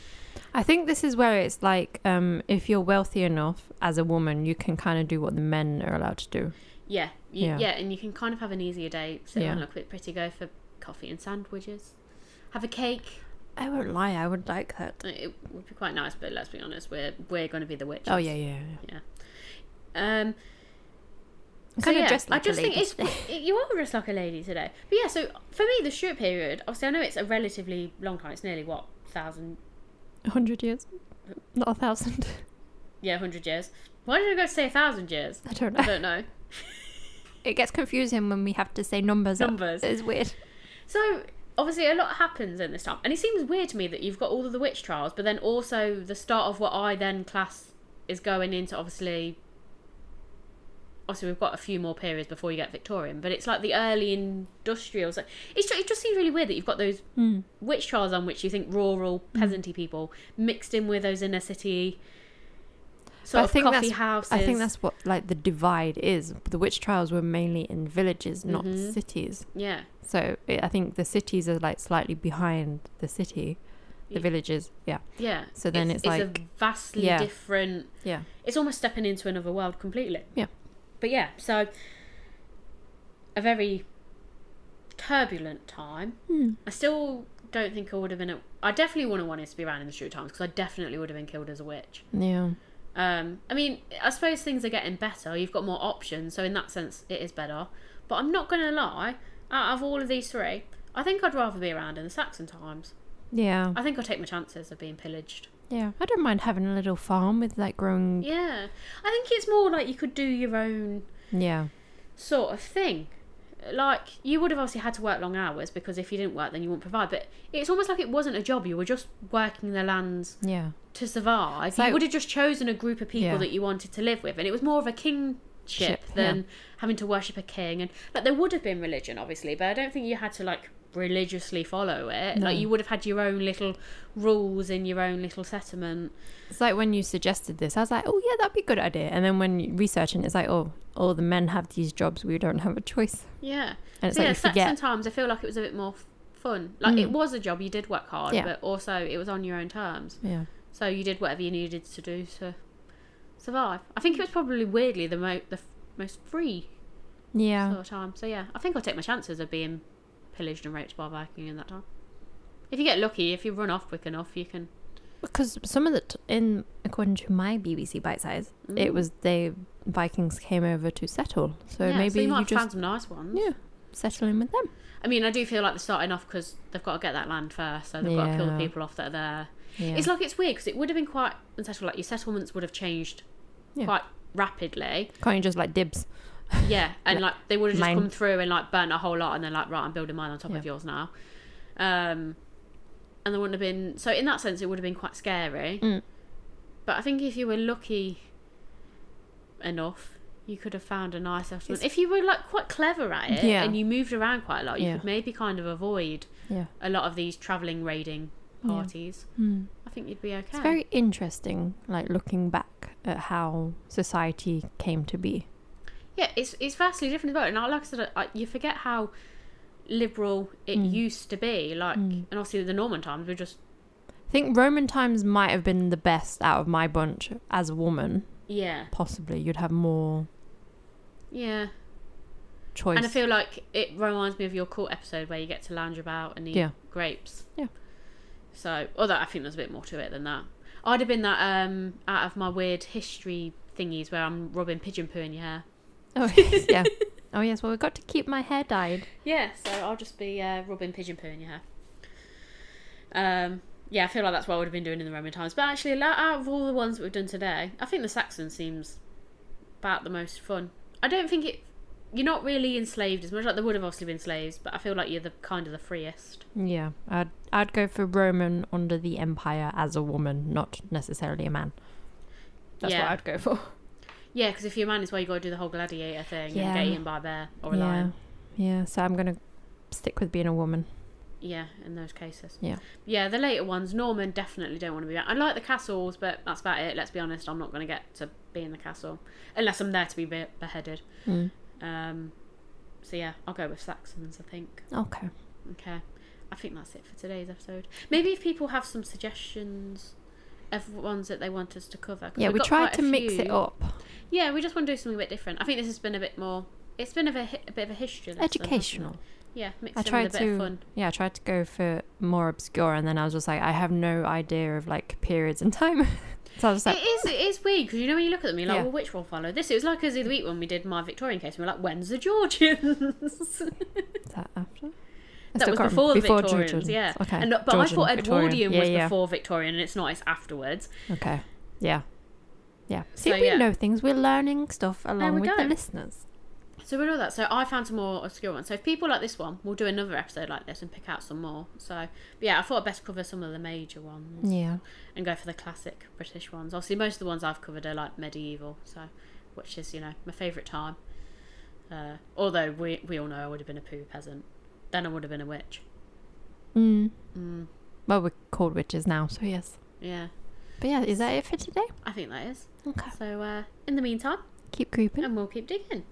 [SPEAKER 2] I think this is where it's like, um, if you're wealthy enough as a woman, you can kind of do what the men are allowed to do.
[SPEAKER 1] Yeah, you, yeah,
[SPEAKER 2] Yeah.
[SPEAKER 1] and you can kind of have an easier day, sit
[SPEAKER 2] Yeah.
[SPEAKER 1] and look a bit pretty, go for coffee and sandwiches, have a cake. Uh,
[SPEAKER 2] I won't lie, I would like that.
[SPEAKER 1] It would be quite nice, but let's be honest, we're we're going to be the witches.
[SPEAKER 2] Oh yeah, yeah.
[SPEAKER 1] Um,
[SPEAKER 2] I'm
[SPEAKER 1] so
[SPEAKER 2] kind of
[SPEAKER 1] yeah,
[SPEAKER 2] dressed like
[SPEAKER 1] I just
[SPEAKER 2] a lady. <laughs>
[SPEAKER 1] think it's it- you are dressed like a lady today. But yeah, so for me, the shoot period. Obviously, I know it's a relatively long time. It's nearly what thousand,
[SPEAKER 2] hundred years, not a thousand. <laughs>
[SPEAKER 1] yeah, hundred years. Why did I go say a thousand years?
[SPEAKER 2] I don't know.
[SPEAKER 1] I don't know.
[SPEAKER 2] It gets confusing when we have to say numbers. out.
[SPEAKER 1] Numbers.
[SPEAKER 2] It's weird.
[SPEAKER 1] So obviously a lot happens in this time, and it seems weird to me that you've got all of the witch trials, but then also the start of what I then class is going into obviously. Obviously, we've got a few more periods before you get Victorian, but it's like the early industrials. It's just, it just seems really weird that you've got those witch trials on which you think rural
[SPEAKER 2] Mm.
[SPEAKER 1] peasanty people mixed in with those inner city sort
[SPEAKER 2] I
[SPEAKER 1] of
[SPEAKER 2] think
[SPEAKER 1] coffee
[SPEAKER 2] that's-
[SPEAKER 1] houses.
[SPEAKER 2] I think that's what like the divide is. The witch trials were mainly in villages, not
[SPEAKER 1] Mm-hmm.
[SPEAKER 2] cities.
[SPEAKER 1] yeah,
[SPEAKER 2] So i I think the cities are like slightly behind the city, the
[SPEAKER 1] Yeah.
[SPEAKER 2] villages. Yeah,
[SPEAKER 1] yeah.
[SPEAKER 2] So then it's
[SPEAKER 1] it's a vastly
[SPEAKER 2] yeah.
[SPEAKER 1] different
[SPEAKER 2] yeah.
[SPEAKER 1] it's almost stepping into another world completely.
[SPEAKER 2] Yeah.
[SPEAKER 1] But yeah, so a very turbulent time. I still don't think I would have been. A, I definitely wouldn't have wanted to be around in the street times because I definitely would have been killed as a witch.
[SPEAKER 2] Yeah.
[SPEAKER 1] Um, I mean, I suppose things are getting better. You've got more options, so in that sense, it is better. But I'm not going to lie. Out of all of these three, I think I'd rather be around in the Saxon times.
[SPEAKER 2] Yeah.
[SPEAKER 1] I think I'll take my chances of being pillaged.
[SPEAKER 2] Yeah. I don't mind having a little farm with like growing. Yeah.
[SPEAKER 1] Yeah, I think it's more like you could do your own sort of thing. Like you would have obviously had to work long hours because if you didn't work, then you wouldn't provide. But it's almost like it wasn't a job; you were just working the lands
[SPEAKER 2] Yeah.
[SPEAKER 1] to survive.
[SPEAKER 2] So-
[SPEAKER 1] you would have just chosen a group of people
[SPEAKER 2] Yeah.
[SPEAKER 1] that you wanted to live with, and it was more of a kingship
[SPEAKER 2] Ship, yeah.
[SPEAKER 1] than having to worship a king. And like there would have been religion, obviously, but I don't think you had to like religiously follow it.
[SPEAKER 2] No.
[SPEAKER 1] Like you would have had your own little rules in your own little settlement.
[SPEAKER 2] It's like when you suggested this, I was like, oh yeah, that'd be a good idea. And then when you researching, it's like, oh, all the men have these jobs. We don't have a choice.
[SPEAKER 1] Yeah.
[SPEAKER 2] And it's
[SPEAKER 1] So
[SPEAKER 2] like
[SPEAKER 1] yeah,
[SPEAKER 2] you forget. Mm.
[SPEAKER 1] Saxon times I feel like it was a bit more f- fun. Like it was a job you did work hard,
[SPEAKER 2] Yeah.
[SPEAKER 1] but also it was on your own terms.
[SPEAKER 2] Yeah.
[SPEAKER 1] So you did whatever you needed to do to survive. I think it was probably weirdly the mo- the f- most free
[SPEAKER 2] Yeah.
[SPEAKER 1] sort of time. So yeah, I think I'll take my chances of being pillaged and raped by a Viking in that time. If you get lucky, if you run off quick enough, you can.
[SPEAKER 2] Because some of the t- in according to my BBC bite size, it was they Vikings came over to settle. So
[SPEAKER 1] Mm-hmm. yeah,
[SPEAKER 2] maybe
[SPEAKER 1] so you
[SPEAKER 2] you,
[SPEAKER 1] might have
[SPEAKER 2] just
[SPEAKER 1] found some nice ones.
[SPEAKER 2] yeah settle in with them.
[SPEAKER 1] I mean, I do feel like they're starting off because they've got to get that land first, so they've got to kill the
[SPEAKER 2] Yeah.
[SPEAKER 1] people off that are there.
[SPEAKER 2] Yeah.
[SPEAKER 1] It's like it's weird because it would have been quite unsettled. Like your settlements would have changed
[SPEAKER 2] Yeah.
[SPEAKER 1] quite
[SPEAKER 2] <laughs>
[SPEAKER 1] rapidly.
[SPEAKER 2] Can't you just like dibs?
[SPEAKER 1] Yeah, and like they would have just
[SPEAKER 2] Mine.
[SPEAKER 1] come through and like burnt a whole lot, and then like right, I'm building mine on top
[SPEAKER 2] Yeah.
[SPEAKER 1] of yours now. Um, and there wouldn't have been so in that sense it would have been quite scary.
[SPEAKER 2] Mm.
[SPEAKER 1] But I think if you were lucky enough, you could have found a nice settlement. If you were like quite clever at it
[SPEAKER 2] Yeah.
[SPEAKER 1] and you moved around quite a lot, you
[SPEAKER 2] Yeah.
[SPEAKER 1] could maybe kind of avoid
[SPEAKER 2] Yeah.
[SPEAKER 1] a lot of these traveling raiding
[SPEAKER 2] Yeah.
[SPEAKER 1] parties.
[SPEAKER 2] Mm.
[SPEAKER 1] I think you'd be okay.
[SPEAKER 2] It's very interesting, like looking back at how society came to be.
[SPEAKER 1] Yeah, it's it's vastly different as well. And I- like I said, I, you forget how liberal it
[SPEAKER 2] Mm.
[SPEAKER 1] used to be. Like, and obviously the Norman times were just
[SPEAKER 2] I think Roman times might have been the best out of my bunch as a woman.
[SPEAKER 1] yeah,
[SPEAKER 2] Possibly, you'd have more
[SPEAKER 1] yeah.
[SPEAKER 2] choice.
[SPEAKER 1] And I feel like it reminds me of your court episode where you get to lounge about and eat
[SPEAKER 2] Yeah.
[SPEAKER 1] grapes.
[SPEAKER 2] Yeah.
[SPEAKER 1] So, although I think there's a bit more to it than that. I'd have been that um out of my weird history thingies where I'm rubbing pigeon poo in your hair. <laughs>
[SPEAKER 2] oh yes, yeah. Oh yes. Well, we got to keep my hair dyed.
[SPEAKER 1] Yeah, so I'll just be uh, rubbing pigeon poo in your hair. Um, yeah, I feel like that's what I would have been doing in the Roman times. But actually, la- out of all the ones that we've done today, I think the Saxon seems about the most fun. I don't think it. You're not really enslaved as much. Like there would have obviously been slaves, but I feel like you're the kind of the freest.
[SPEAKER 2] Yeah, I'd I'd go for Roman under the Empire as a woman, not necessarily a man. That's
[SPEAKER 1] Yeah.
[SPEAKER 2] what I'd go for.
[SPEAKER 1] Yeah, because if you're a man as well, you got to do the whole gladiator thing
[SPEAKER 2] Yeah.
[SPEAKER 1] and get eaten by a bear or a
[SPEAKER 2] yeah,
[SPEAKER 1] lion.
[SPEAKER 2] yeah. So I'm gonna stick with being a woman.
[SPEAKER 1] yeah, in those cases.
[SPEAKER 2] Yeah.
[SPEAKER 1] Yeah, the later ones, Norman definitely don't want to be at. I like the castles, but that's about it. Let's be honest, I'm not going to get to be in the castle unless I'm there to be be- beheaded.
[SPEAKER 2] Mm.
[SPEAKER 1] Um, so yeah, I'll go with Saxons, I think.
[SPEAKER 2] Okay.
[SPEAKER 1] Okay. I think that's it for today's episode. Maybe if people have some suggestions of ones that they want us to cover. 'cause
[SPEAKER 2] Yeah,
[SPEAKER 1] we've
[SPEAKER 2] we
[SPEAKER 1] got
[SPEAKER 2] tried
[SPEAKER 1] quite a
[SPEAKER 2] to mix it
[SPEAKER 1] few.
[SPEAKER 2] up.
[SPEAKER 1] Yeah, we just want to do something a bit different. I think this has been a bit more. It's been a bit, hi- a bit of a history. lesson, hasn't it?
[SPEAKER 2] Educational.
[SPEAKER 1] Yeah, mixed
[SPEAKER 2] I
[SPEAKER 1] in with
[SPEAKER 2] tried
[SPEAKER 1] a bit of
[SPEAKER 2] to-
[SPEAKER 1] fun.
[SPEAKER 2] Yeah, I tried to go for more obscure, and then I was just like, I have no idea of like periods and <laughs> time. so I was just like,
[SPEAKER 1] it is it is weird because you know when you look at them you're like
[SPEAKER 2] Yeah.
[SPEAKER 1] well which one followed this it was like us the other week when we did my Victorian case and we are like when's the Georgians
[SPEAKER 2] is that after? I
[SPEAKER 1] that
[SPEAKER 2] still
[SPEAKER 1] was
[SPEAKER 2] can't
[SPEAKER 1] before
[SPEAKER 2] remember.
[SPEAKER 1] the
[SPEAKER 2] before
[SPEAKER 1] Victorians yeah
[SPEAKER 2] Okay.
[SPEAKER 1] and, but I
[SPEAKER 2] Georgian,
[SPEAKER 1] thought Edwardian
[SPEAKER 2] Victorian.
[SPEAKER 1] was
[SPEAKER 2] yeah,
[SPEAKER 1] before Victorian and it's not it's afterwards
[SPEAKER 2] yeah. Okay. Yeah. Yeah. See,
[SPEAKER 1] So,
[SPEAKER 2] we
[SPEAKER 1] yeah.
[SPEAKER 2] know things. We're learning stuff along
[SPEAKER 1] we
[SPEAKER 2] with
[SPEAKER 1] go.
[SPEAKER 2] the listeners.
[SPEAKER 1] so we know that so I found some more obscure ones so if people like this one we'll do another episode like this and pick out some more so but yeah I thought I'd best cover some of the major ones
[SPEAKER 2] Yeah.
[SPEAKER 1] and go for the classic British ones obviously most of the ones I've covered are like medieval so which is you know my favourite time uh, although we, we all know I would have been a poo peasant then I would have been a witch
[SPEAKER 2] Mm.
[SPEAKER 1] Mm,
[SPEAKER 2] Well, we're called witches now, so yes.
[SPEAKER 1] yeah,
[SPEAKER 2] But yeah, is that it for today?
[SPEAKER 1] I think that is.
[SPEAKER 2] Okay.
[SPEAKER 1] So, uh, in the meantime,
[SPEAKER 2] Keep creeping.
[SPEAKER 1] and we'll keep digging.